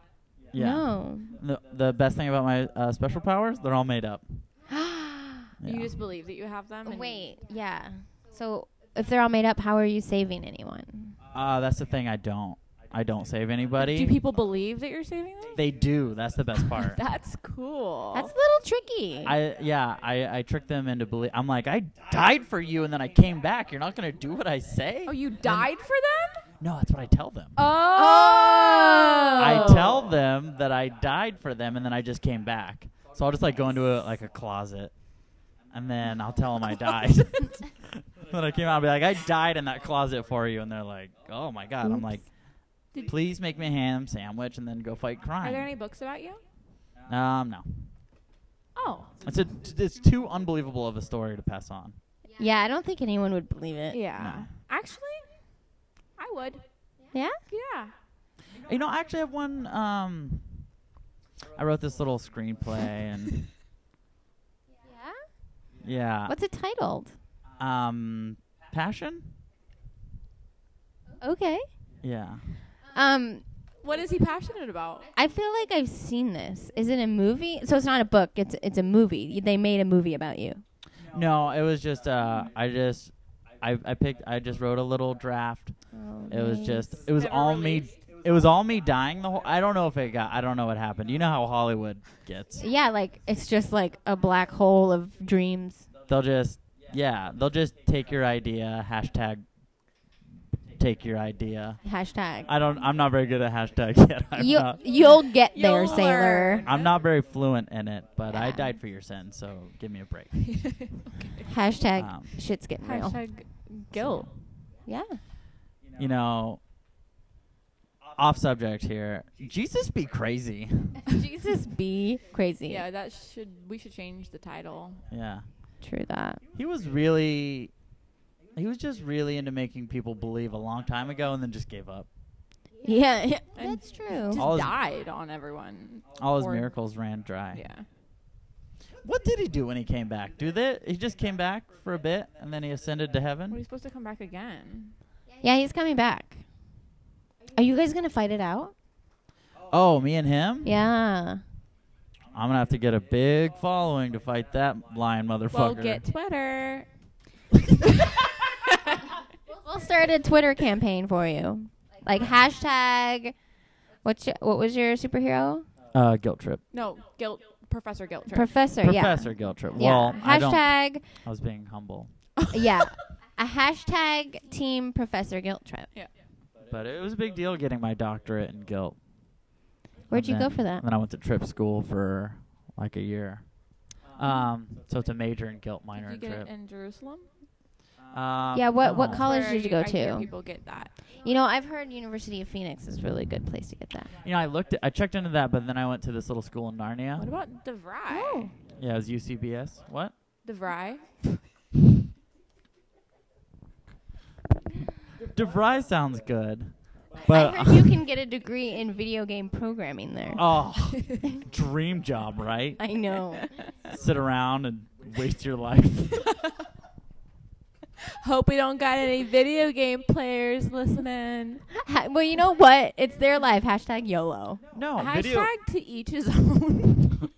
Speaker 3: yeah.
Speaker 1: No.
Speaker 3: The, the best thing about my uh, special powers, they're all made up. Yeah.
Speaker 2: You just believe that you have them. And
Speaker 1: Wait. Yeah. So if they're all made up, how are you saving anyone?
Speaker 3: Uh, that's the thing. I don't. I don't save anybody.
Speaker 2: Do people believe that you're saving them?
Speaker 3: they do. That's the best part.
Speaker 2: That's cool.
Speaker 1: That's a little tricky.
Speaker 3: I yeah. I I trick them into believe. I'm like, I died for you, and then I came back. You're not gonna do what I say.
Speaker 2: oh, you died for them?
Speaker 3: No, that's what I tell them.
Speaker 2: Oh.
Speaker 3: I tell them that I died for them, and then I just came back. So I'll just like go into a like a closet, and then I'll tell them I died. then I came out and be like, I died in that closet for you, and they're like, Oh my god. I'm like,
Speaker 2: Did-
Speaker 3: Please make me a ham sandwich and then go fight crime.
Speaker 2: Are there any books about you?
Speaker 3: Um, no.
Speaker 2: Oh.
Speaker 3: It's a, it's too unbelievable of a story to pass on.
Speaker 1: yeah. I don't think anyone would believe it.
Speaker 2: Yeah.
Speaker 3: Eh, No.
Speaker 2: Actually, I would.
Speaker 1: Yeah?
Speaker 2: Yeah.
Speaker 3: You know, I actually have one. Um, I wrote this little screenplay and
Speaker 1: Yeah.
Speaker 3: yeah.
Speaker 1: What's it titled?
Speaker 3: Um, passion.
Speaker 1: Okay.
Speaker 3: Yeah.
Speaker 1: Um,
Speaker 2: What is he passionate about?
Speaker 1: I feel like I've seen this. Is it a movie? So it's not a book. It's it's a movie. They made a movie about you.
Speaker 3: No, it was just. Uh, I just. I, I picked. I just wrote a little draft. It was just. It was
Speaker 2: Never
Speaker 3: all me.
Speaker 2: released.
Speaker 3: It was all me dying the whole. I don't know if it got. I don't know what happened. You know how Hollywood gets.
Speaker 1: Yeah, like it's just like a black hole of dreams.
Speaker 3: they'll just yeah they'll just take your idea hashtag take your idea
Speaker 1: Hashtag.
Speaker 3: i don't i'm not very good at hashtags yet i'm,
Speaker 1: you
Speaker 3: not,
Speaker 1: you'll get there,
Speaker 2: You'll
Speaker 1: sailor.
Speaker 3: I'm not very fluent in it but i
Speaker 1: Yeah.
Speaker 3: died for your sin so give me a break
Speaker 1: Hashtag.
Speaker 3: Um,
Speaker 1: shit's getting real.
Speaker 2: guilt.
Speaker 1: Yeah.
Speaker 3: you know off subject here. Jesus be crazy.
Speaker 1: Jesus be crazy.
Speaker 2: Yeah, that should we should change the title.
Speaker 3: Yeah.
Speaker 1: True that.
Speaker 3: He was really he was just really into making people believe a long time ago and then just gave up.
Speaker 1: Yeah, yeah,
Speaker 2: And
Speaker 1: that's true.
Speaker 2: Just
Speaker 3: All his-
Speaker 2: died on everyone.
Speaker 3: All his
Speaker 2: Or-
Speaker 3: miracles ran dry.
Speaker 2: Yeah.
Speaker 3: What did he do when he came back? Do they he just came back for a bit and then he ascended to
Speaker 2: Well,
Speaker 3: heaven?
Speaker 2: he's supposed to come back again.
Speaker 1: Yeah, he's coming back. Are you guys gonna fight it out?
Speaker 3: Oh, me and him?
Speaker 1: Yeah.
Speaker 3: I'm gonna have to get a big following to fight that lion motherfucker.
Speaker 2: Well, get Twitter.
Speaker 1: We'll start a Twitter campaign for you, like hashtag. What's your, what was your superhero?
Speaker 3: uh, guilt trip.
Speaker 2: No, guilt. Professor Guilt Trip.
Speaker 1: Professor. Yeah.
Speaker 3: Professor guilt trip. Well,
Speaker 1: yeah.
Speaker 3: I don't.
Speaker 1: Hashtag.
Speaker 3: I was being humble,
Speaker 1: yeah. A hashtag team Professor Guilt Trip.
Speaker 3: but it was a big deal getting my doctorate in guilt.
Speaker 1: Where'd you
Speaker 3: And
Speaker 1: go
Speaker 3: then-
Speaker 1: for that?
Speaker 3: And then I went to trip school for like a year. Um, so it's a major in guilt, minor
Speaker 2: Did you
Speaker 3: in
Speaker 2: get
Speaker 3: trip.
Speaker 2: it in Jerusalem?
Speaker 3: Um,
Speaker 1: Yeah, what- what
Speaker 3: no.
Speaker 1: college
Speaker 2: Where
Speaker 1: did you go
Speaker 2: I hear
Speaker 1: to?
Speaker 2: People get that.
Speaker 1: You know, I've heard University of Phoenix is a really good place to get that.
Speaker 3: You know, I looked, at, I checked into that, but then I went to this little school in Narnia.
Speaker 2: What about DeVry?
Speaker 1: Oh.
Speaker 3: Yeah, it was UCBS. What?
Speaker 2: DeVry?
Speaker 3: DeVry sounds good,
Speaker 1: I
Speaker 3: but
Speaker 1: heard you can get a degree in video game programming there.
Speaker 3: oh, dream job, right?
Speaker 1: I know.
Speaker 3: Sit around and waste your life.
Speaker 2: Hope we don't got any video game players listening.
Speaker 1: Ha- well, you know what? It's their life. Hashtag YOLO.
Speaker 3: No,
Speaker 2: Hashtag
Speaker 3: Oh, video.
Speaker 2: to each his own.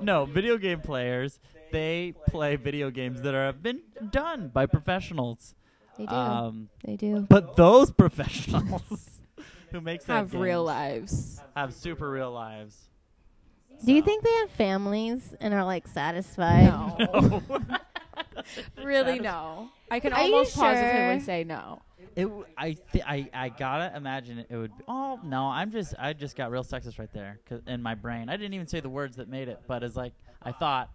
Speaker 3: No, video game players. They play video games that are have been done by professionals.
Speaker 1: They do.
Speaker 3: Um,
Speaker 1: they do.
Speaker 3: But those professionals who make that
Speaker 2: Have
Speaker 3: game
Speaker 2: real lives.
Speaker 3: have super real lives.
Speaker 1: Do you think they have families and are like satisfied?
Speaker 2: No.
Speaker 3: No.
Speaker 2: Really, no. I can
Speaker 1: Are you
Speaker 2: almost positively
Speaker 1: sure?
Speaker 2: say no.
Speaker 3: It. w- I. Th- I. I gotta imagine it would. Be, oh no! I'm just. I just got real sexist right there 'cause- in my brain. I didn't even say the words that made it, but it's like I thought.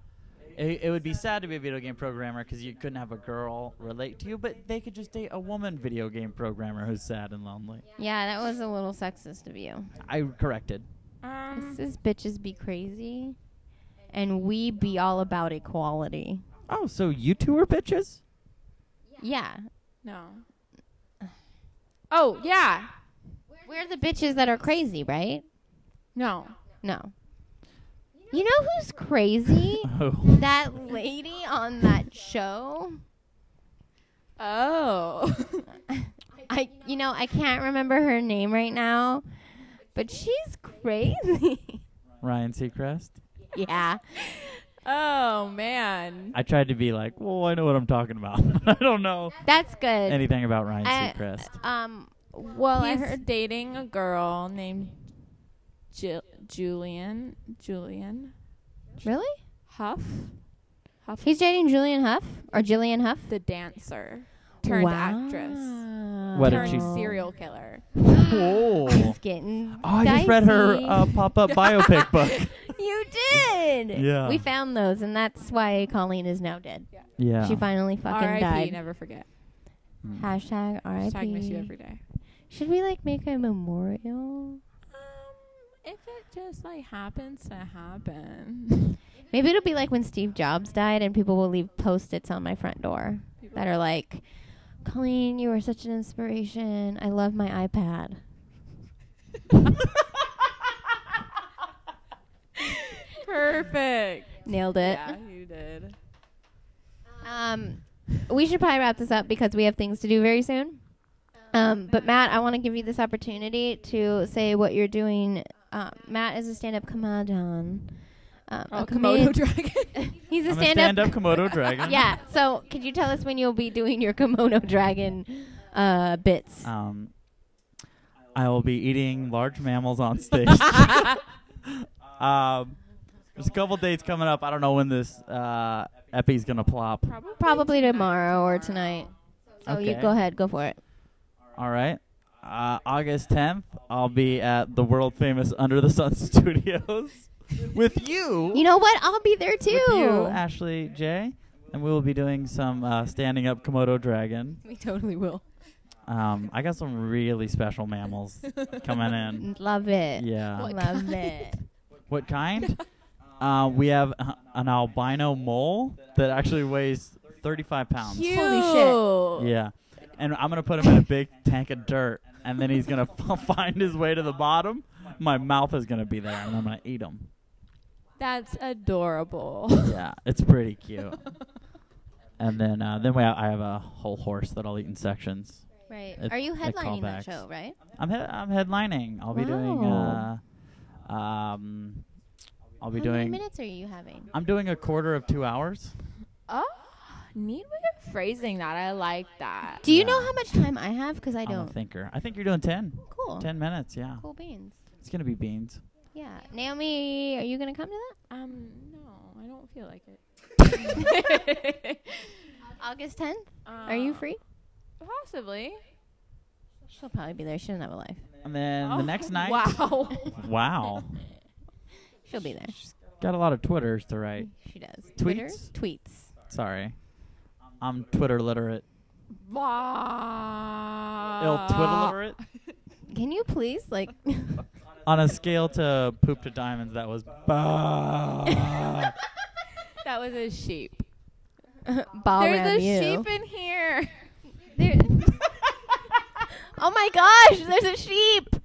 Speaker 3: It, it would be sad to be a video game programmer because you couldn't have a girl relate to you, but they could just date a woman video game programmer who's sad and lonely.
Speaker 1: Yeah, that was a little sexist of you.
Speaker 3: I corrected.
Speaker 2: Um,
Speaker 1: This is bitches be crazy, and we be all about equality.
Speaker 3: Oh, so you two are bitches?
Speaker 1: Yeah,
Speaker 2: no. Oh, yeah.
Speaker 1: we're the bitches that are crazy, right?
Speaker 2: No.
Speaker 1: No. You know who's crazy?
Speaker 3: Oh.
Speaker 1: that lady on that show.
Speaker 2: Oh.
Speaker 1: I, you know, I can't remember her name right now, but she's crazy.
Speaker 3: Ryan Seacrest.
Speaker 1: yeah.
Speaker 2: oh, man.
Speaker 3: I tried to be like, well, I know what I'm talking about. I don't know
Speaker 1: That's good.
Speaker 3: anything about Ryan
Speaker 1: I-
Speaker 3: Seacrest.
Speaker 1: Um. Well, I
Speaker 2: He's
Speaker 1: heard.
Speaker 2: dating a girl named Ju- Julian. Julian
Speaker 1: Really?
Speaker 2: Huff,
Speaker 1: He's dating Julian Huff or Jillian Huff?
Speaker 2: the dancer turned actress,
Speaker 3: What did
Speaker 2: turned
Speaker 3: she-
Speaker 2: serial killer.
Speaker 3: oh,
Speaker 1: He's getting.
Speaker 3: I just read her
Speaker 1: dicey.
Speaker 3: uh, pop-up biopic book.
Speaker 1: you did.
Speaker 3: Yeah.
Speaker 1: We found those, and that's why Colleen is now dead.
Speaker 3: Yeah.
Speaker 1: She finally fucking
Speaker 2: R.I.P.
Speaker 1: died.
Speaker 2: Never forget.
Speaker 1: Hashtag
Speaker 2: Hashtag miss you
Speaker 1: R.I.P.
Speaker 2: every day.
Speaker 1: Should we like make a memorial?
Speaker 2: Um, if it just like happens to happen,
Speaker 1: Maybe it'll be like when Steve Jobs died, and people will leave post-its on my front door that are like, "Colleen, you are such an inspiration. I love my iPad."
Speaker 2: perfect.
Speaker 1: Nailed it.
Speaker 2: Yeah, you did.
Speaker 1: Um, we should probably wrap this up because we have things to do very soon. Um, but Matt, I want to give you this opportunity to say what you're doing. Uh, Matt is a stand-up comedian. Um,
Speaker 2: Oh,
Speaker 1: a
Speaker 2: Komodo
Speaker 1: comedian.
Speaker 2: dragon.
Speaker 1: He's a
Speaker 3: I'm
Speaker 1: stand-up.
Speaker 3: a stand-up Komodo dragon.
Speaker 1: yeah. So, could you tell us when you'll be doing your kimono dragon uh, bits?
Speaker 3: Um, I will be eating large mammals on stage. um, there's a couple dates coming up. I don't know when this uh, epi's gonna plop.
Speaker 1: Probably tomorrow or tonight. So you
Speaker 3: Okay.
Speaker 1: go ahead, go for it.
Speaker 3: All right. Uh, August 10th, I'll be at the world famous Under the Sun Studios with you.
Speaker 1: You know what? I'll be there
Speaker 3: with you,
Speaker 1: too.
Speaker 3: Ashley J. And we will be doing some uh, standing up Komodo dragon.
Speaker 1: We totally will.
Speaker 3: Um, I got some really special mammals coming in.
Speaker 1: Love it.
Speaker 3: Yeah.
Speaker 1: Love it.
Speaker 3: What kind? Uh, we have uh, an albino mole that actually weighs 35 pounds.
Speaker 1: Holy
Speaker 2: Cute.
Speaker 3: Yeah. And I'm going to put him in a big tank of dirt, and then he's going to find his way to the bottom. My mouth is going to be there, and I'm going to eat him.
Speaker 2: That's adorable.
Speaker 3: Yeah, it's pretty cute. And then uh, then we ha- I have a whole horse that I'll eat in sections.
Speaker 1: Right.
Speaker 3: It-
Speaker 1: Are you
Speaker 3: the
Speaker 1: headlining that
Speaker 3: callbacks.
Speaker 1: show, right?
Speaker 3: I'm he- I'm headlining. I'll be doing
Speaker 1: Wow.
Speaker 3: uh, um, I'll be
Speaker 1: How many
Speaker 3: doing
Speaker 1: minutes are you having?
Speaker 3: I'm doing a quarter of two hours.
Speaker 2: oh, neat way of phrasing that. I like that.
Speaker 1: Do you
Speaker 3: Yeah.
Speaker 1: know how much time I have? Because I
Speaker 3: am a
Speaker 1: don't.
Speaker 3: thinker. I think you're doing 10.
Speaker 1: Cool.
Speaker 3: 10 minutes, yeah.
Speaker 1: Cool beans.
Speaker 3: It's going to be beans.
Speaker 1: Yeah. Naomi, are you going to come to that?
Speaker 2: Um, no, I don't feel like it. Uh,
Speaker 1: August 10th? Are you free?
Speaker 2: Possibly.
Speaker 1: She'll probably be there. She doesn't have a life.
Speaker 3: And then
Speaker 1: Oh.
Speaker 3: the next night.
Speaker 2: Wow.
Speaker 3: Wow.
Speaker 1: She'll be there.
Speaker 3: Got a lot of Twitters to write.
Speaker 1: She does. Twitter? Tweets.
Speaker 3: Sorry. I'm Twitter literate.
Speaker 2: wow.
Speaker 1: Uh.
Speaker 3: Ill Twitter literate.
Speaker 1: Can you please, like,
Speaker 3: On a scale to poop to diamonds, that was. bad.
Speaker 2: That was a sheep.
Speaker 1: ballroom
Speaker 2: There's a
Speaker 1: you?
Speaker 2: sheep in here.
Speaker 1: There- oh my gosh, there's a sheep.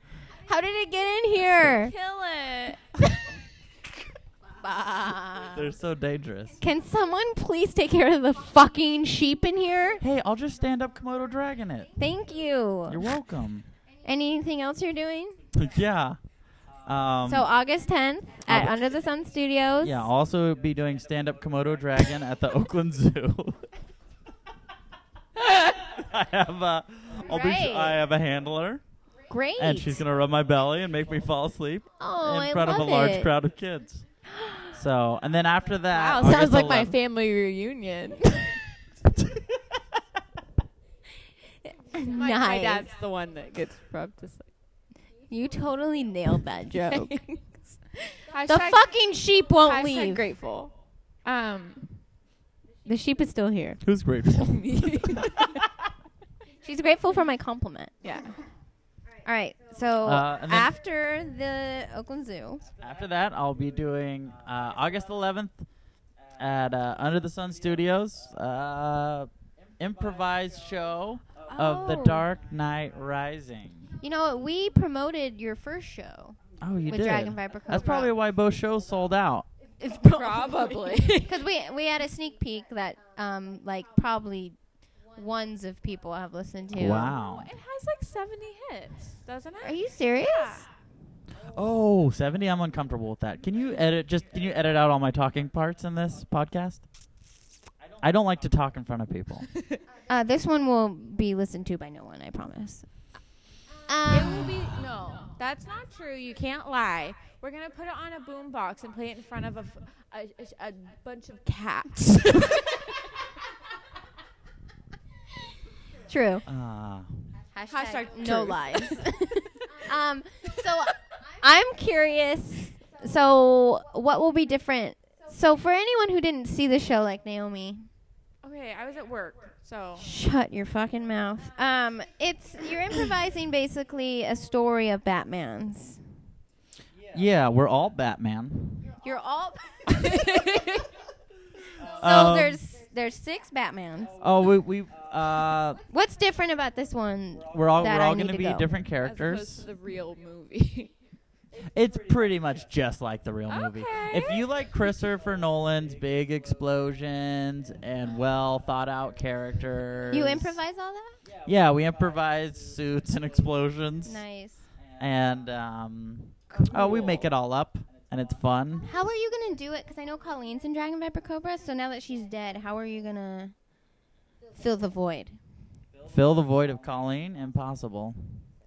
Speaker 1: How did it get in here?
Speaker 2: Kill it.
Speaker 1: Bah.
Speaker 3: They're so dangerous.
Speaker 1: Can someone please take care of the fucking sheep in here?
Speaker 3: Hey, I'll just stand up Komodo Dragon it.
Speaker 1: Thank you.
Speaker 3: You're welcome.
Speaker 1: Anything else you're doing?
Speaker 3: yeah. Um,
Speaker 1: so August 10th at
Speaker 3: August-
Speaker 1: Under the Sun Studios.
Speaker 3: Yeah, I'll also be doing stand up Komodo Dragon at the Oakland Zoo. I have a, I'll be,
Speaker 1: Right.
Speaker 3: I have a handler,
Speaker 1: Great.
Speaker 3: and she's gonna rub my belly and make me fall asleep
Speaker 1: oh,
Speaker 3: in
Speaker 1: I
Speaker 3: front of
Speaker 1: love
Speaker 3: a large
Speaker 1: it.
Speaker 3: crowd of kids. So, and then after that,
Speaker 2: Wow, sounds
Speaker 3: August
Speaker 2: like my
Speaker 3: 11
Speaker 2: family reunion.
Speaker 1: nice.
Speaker 2: My dad's the one that gets rubbed to sleep.
Speaker 1: You totally nailed that joke. the
Speaker 2: Hashtag-
Speaker 1: fucking sheep won't
Speaker 2: hashtag
Speaker 1: leave.
Speaker 2: grateful. Um,
Speaker 1: The sheep is still here.
Speaker 3: Who's grateful?
Speaker 1: She's grateful for my compliment.
Speaker 2: yeah.
Speaker 1: All right. So
Speaker 3: Uh, and then-
Speaker 1: after the Oakland Zoo,
Speaker 3: after that, I'll be doing uh, August 11th at uh, Under the Sun Studios uh, improvised show of The
Speaker 1: Oh.
Speaker 3: Dark Knight Rising.
Speaker 1: you know we promoted your first show.
Speaker 3: Oh, you
Speaker 1: With
Speaker 3: did.
Speaker 1: Dragon Viper
Speaker 3: That's
Speaker 1: Cobra.
Speaker 3: probably why both shows sold out.
Speaker 1: It's
Speaker 2: Probably.
Speaker 1: because we we had a sneak peek that um like probably ones of people have listened to.
Speaker 3: Wow.
Speaker 2: It has like 70 hits, doesn't
Speaker 1: Are
Speaker 2: it?
Speaker 1: you serious?
Speaker 3: Oh, 70. I'm uncomfortable with that. Can you edit just can you edit out all my talking parts in this podcast? I don't like to talk in front of people.
Speaker 1: Uh, this one will be listened to by no one. I promise.
Speaker 2: It will
Speaker 1: Um,
Speaker 2: be no. That's not true. You can't lie. We're gonna put it on a boom box and play it in front of a, f- a- a- a bunch of cats.
Speaker 1: true.
Speaker 3: Ah.
Speaker 1: Hashtag,
Speaker 2: Hashtag
Speaker 1: no
Speaker 2: truth.
Speaker 1: lies. um, so I'm curious. So what will be different? So for anyone who didn't see the show, like Naomi,
Speaker 2: okay, I was at work, so
Speaker 1: shut your fucking mouth. Um, it's you're improvising basically a story of Batman's.
Speaker 3: yeah, we're all Batman.
Speaker 1: You're all. so
Speaker 3: Um,
Speaker 1: there's there's six Batmans.
Speaker 3: Oh, we we uh
Speaker 1: What's different about this one?
Speaker 3: we're all
Speaker 1: That
Speaker 3: we're
Speaker 1: I
Speaker 3: all
Speaker 1: need
Speaker 3: going to
Speaker 1: to
Speaker 3: be
Speaker 1: go.
Speaker 3: different
Speaker 2: as opposed
Speaker 3: characters.
Speaker 2: to the real movie.
Speaker 3: It's pretty much just like the real movie. If
Speaker 2: Okay.
Speaker 3: you like Christopher Nolan's big explosions and well thought out characters.
Speaker 1: You improvise all that?
Speaker 3: Yeah, we improvised suits and explosions.
Speaker 1: Nice.
Speaker 3: And um, oh, we make it all up, and it's fun.
Speaker 1: How are you gonna do it? Because I know Colleen's in Dragon Viper Cobra, so now that she's dead, how are you gonna fill the void?
Speaker 3: Fill the void of Colleen, impossible.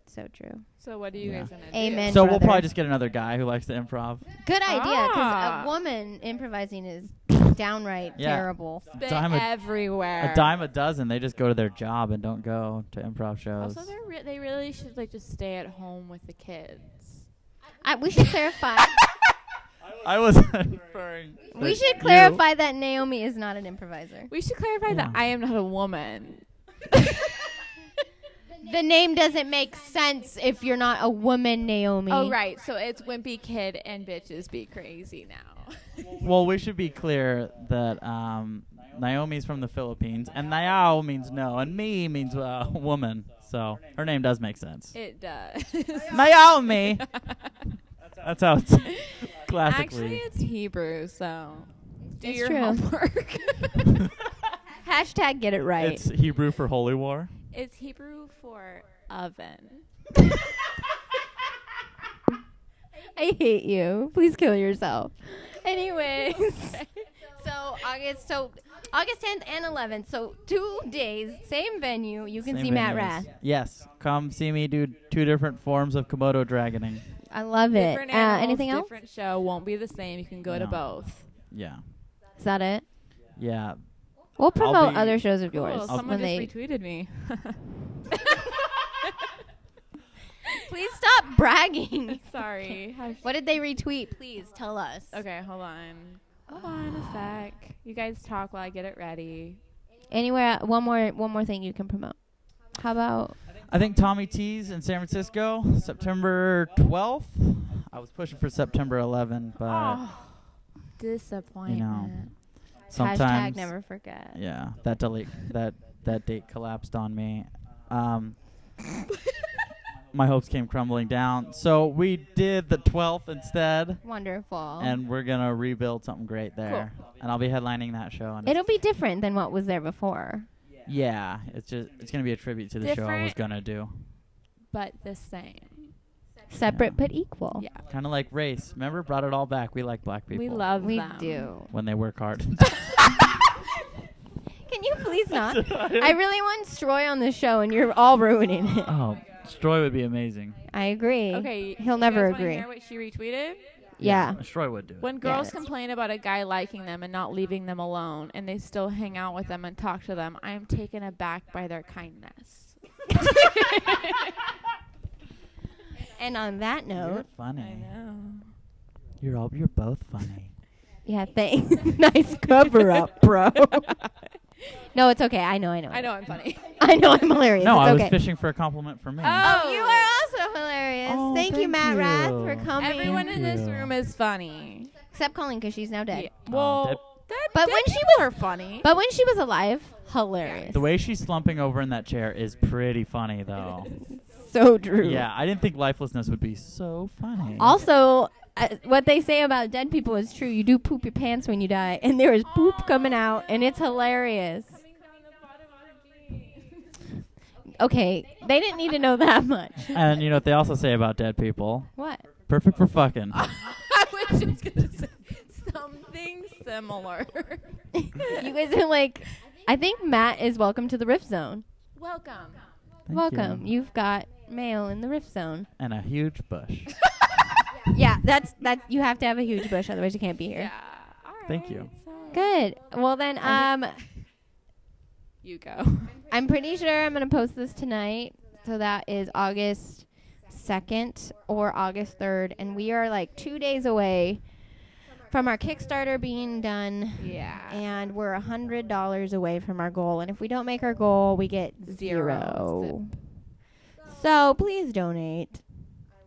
Speaker 1: So true.
Speaker 2: so what are you
Speaker 3: Yeah.
Speaker 2: guys gonna
Speaker 1: Amen.
Speaker 2: do?
Speaker 3: so we'll
Speaker 1: brother.
Speaker 3: probably just get another guy who likes to improv.
Speaker 1: Good idea, because
Speaker 2: Ah.
Speaker 1: a woman improvising is downright
Speaker 3: Yeah.
Speaker 1: terrible.
Speaker 2: Spit
Speaker 3: dime a-
Speaker 2: everywhere.
Speaker 3: A dime a dozen. They just go to their job and don't go to improv shows.
Speaker 2: Also, they re- they really should like just stay at home with the kids.
Speaker 1: I, we should clarify.
Speaker 3: I was referring.
Speaker 1: we
Speaker 3: that
Speaker 1: should
Speaker 3: you-
Speaker 1: clarify that Naomi is not an improviser.
Speaker 2: We should clarify that
Speaker 3: Yeah.
Speaker 2: I am not a woman.
Speaker 1: The name doesn't make sense if you're not a woman, Naomi.
Speaker 2: Oh right, so it's wimpy kid and bitches be crazy now.
Speaker 3: Well, we should be clear that um, Naomi's from the Philippines, and Nayao means no, and me means uh, woman. So her name does make sense.
Speaker 2: It does.
Speaker 3: Naomi. That's how it's
Speaker 2: Actually,
Speaker 3: classically.
Speaker 2: it's Hebrew, so do
Speaker 1: It's
Speaker 2: your
Speaker 1: true.
Speaker 2: homework.
Speaker 1: Hashtag get it right.
Speaker 3: It's Hebrew for holy war.
Speaker 2: it's Hebrew for oven.
Speaker 1: I hate you. Please kill yourself. Anyways, so August so August 10th and 11th. So two days, same venue. You can
Speaker 3: Same
Speaker 1: see Matt
Speaker 3: venues.
Speaker 1: Rath.
Speaker 3: Yes, come see me do two different forms of Komodo dragoning.
Speaker 1: I love it.
Speaker 2: Different
Speaker 1: Uh,
Speaker 2: animals,
Speaker 1: anything else?
Speaker 2: Different show won't be the same. You can go to
Speaker 3: No.
Speaker 2: both.
Speaker 3: Yeah,
Speaker 1: Is that it?
Speaker 3: yeah.
Speaker 1: We'll promote
Speaker 3: be-
Speaker 1: other shows of yours
Speaker 2: Cool. Someone
Speaker 1: when
Speaker 2: just
Speaker 1: they.
Speaker 2: retweeted me.
Speaker 1: Please stop bragging.
Speaker 2: Sorry. Hashtag-
Speaker 1: what did they retweet? Please tell us.
Speaker 2: Okay, hold on. Hold on a sec. You guys talk while I get it ready.
Speaker 1: Anywhere? One more. One more thing you can promote. How about?
Speaker 3: I think Tommy T's in San Francisco, September 12th. I was pushing for September 11, but
Speaker 2: Ah. disappointment.
Speaker 3: sometimes
Speaker 1: Ah, Hashtag never forget.
Speaker 3: yeah, that delete that that date collapsed on me. Um, my hopes came crumbling down. So we did the 12th instead,
Speaker 1: Wonderful.
Speaker 3: and we're gonna rebuild something great there. And I'll be headlining that show. And
Speaker 1: It'll be different than what was there before.
Speaker 3: yeah, it's just it's gonna be a tribute to the show I was
Speaker 2: Different.
Speaker 3: gonna do.
Speaker 2: But the same.
Speaker 1: Separate but equal.
Speaker 2: Yeah.
Speaker 3: Kind of like race. Remember, brought it all back. We like black people.
Speaker 2: We love
Speaker 1: We
Speaker 2: them.
Speaker 1: do.
Speaker 3: when they work hard.
Speaker 1: Can you please not? I really want Stroy on the show, and you're all ruining it.
Speaker 3: oh, Stroy would be amazing.
Speaker 1: I agree.
Speaker 2: Okay.
Speaker 1: He'll
Speaker 2: you
Speaker 1: never
Speaker 2: guys wanna
Speaker 1: agree.
Speaker 2: Hear what she retweeted?
Speaker 1: Yeah.
Speaker 3: Stroy would do it.
Speaker 2: When girls
Speaker 1: that's-
Speaker 2: complain about a guy liking them and not leaving them alone, and they still hang out with them and talk to them, I am taken aback by their kindness.
Speaker 1: And on that
Speaker 3: You're
Speaker 1: note,
Speaker 2: I
Speaker 3: funny.
Speaker 2: know.
Speaker 3: You're all you're both funny.
Speaker 1: yeah, thanks. nice cover up, bro. no, it's okay. I know. I know.
Speaker 2: I know I'm funny.
Speaker 1: I know. I'm hilarious.
Speaker 3: no,
Speaker 1: it's
Speaker 3: I was
Speaker 1: okay.
Speaker 3: fishing for a compliment from me.
Speaker 2: Oh,
Speaker 4: You are also hilarious.
Speaker 3: Oh,
Speaker 4: thank, you,
Speaker 3: thank
Speaker 4: Matt Rath,
Speaker 3: you.
Speaker 4: for coming.
Speaker 2: Everyone
Speaker 3: Thank
Speaker 2: in this
Speaker 3: you.
Speaker 2: room is funny.
Speaker 1: Except Colleen, because she's now dead.
Speaker 2: Yeah.
Speaker 3: Oh,
Speaker 2: Well,
Speaker 3: that-
Speaker 2: that-
Speaker 1: But
Speaker 2: that
Speaker 1: when she
Speaker 2: people are funny.
Speaker 1: But when she was alive, hilarious.
Speaker 3: the way she's slumping over in that chair is pretty funny, though.
Speaker 1: so true.
Speaker 3: yeah, I didn't think lifelessness would be so funny.
Speaker 1: Also, uh, what they say about dead people is true. You do poop your pants when you die, and there is poop coming out, and it's hilarious. Okay, they didn't need to know that much.
Speaker 3: and you know what they also say about dead people?
Speaker 1: What?
Speaker 3: Perfect for fucking.
Speaker 2: I was just gonna say something similar.
Speaker 1: You guys are like, I think Matt is welcome to the Rift Zone.
Speaker 2: Welcome.
Speaker 3: Thank
Speaker 1: welcome.
Speaker 3: you.
Speaker 1: You. have got mail in the Rift Zone.
Speaker 3: And a huge bush.
Speaker 1: Yeah, that's that's. You have to have a huge bush, otherwise you can't be here.
Speaker 2: Yeah. All right.
Speaker 3: Thank you.
Speaker 1: Good. Well then, um,
Speaker 2: You go.
Speaker 1: I'm pretty sure I'm gonna post this tonight. So that is August second or August third, and we are like two days away from our Kickstarter being done,
Speaker 2: Yeah.
Speaker 1: and we're a hundred dollars away from our goal. And if we don't make our goal, we get zero.
Speaker 2: Zero.
Speaker 1: So please donate.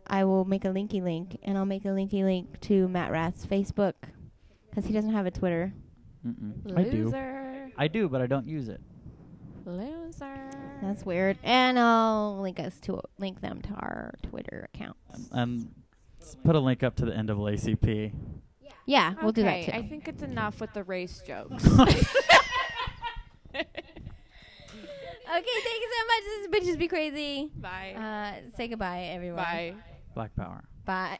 Speaker 1: I will make a linky link, and I'll make a linky link to Matt Rath's Facebook because he doesn't have a Twitter.
Speaker 3: Mm-mm. I do.
Speaker 2: Loser.
Speaker 3: I do, but I don't use it.
Speaker 2: Loser.
Speaker 1: That's weird. And I'll link us to link them to our Twitter accounts.
Speaker 3: And s- put a link up to the NAACP.
Speaker 1: Yeah, we'll do that
Speaker 2: Okay,
Speaker 1: too.
Speaker 2: I think it's enough with the race jokes.
Speaker 1: okay, thank you so much. This is Bitches Be Crazy.
Speaker 2: Bye.
Speaker 1: Uh, say goodbye, everyone.
Speaker 2: Bye.
Speaker 3: Black power.
Speaker 1: Bye.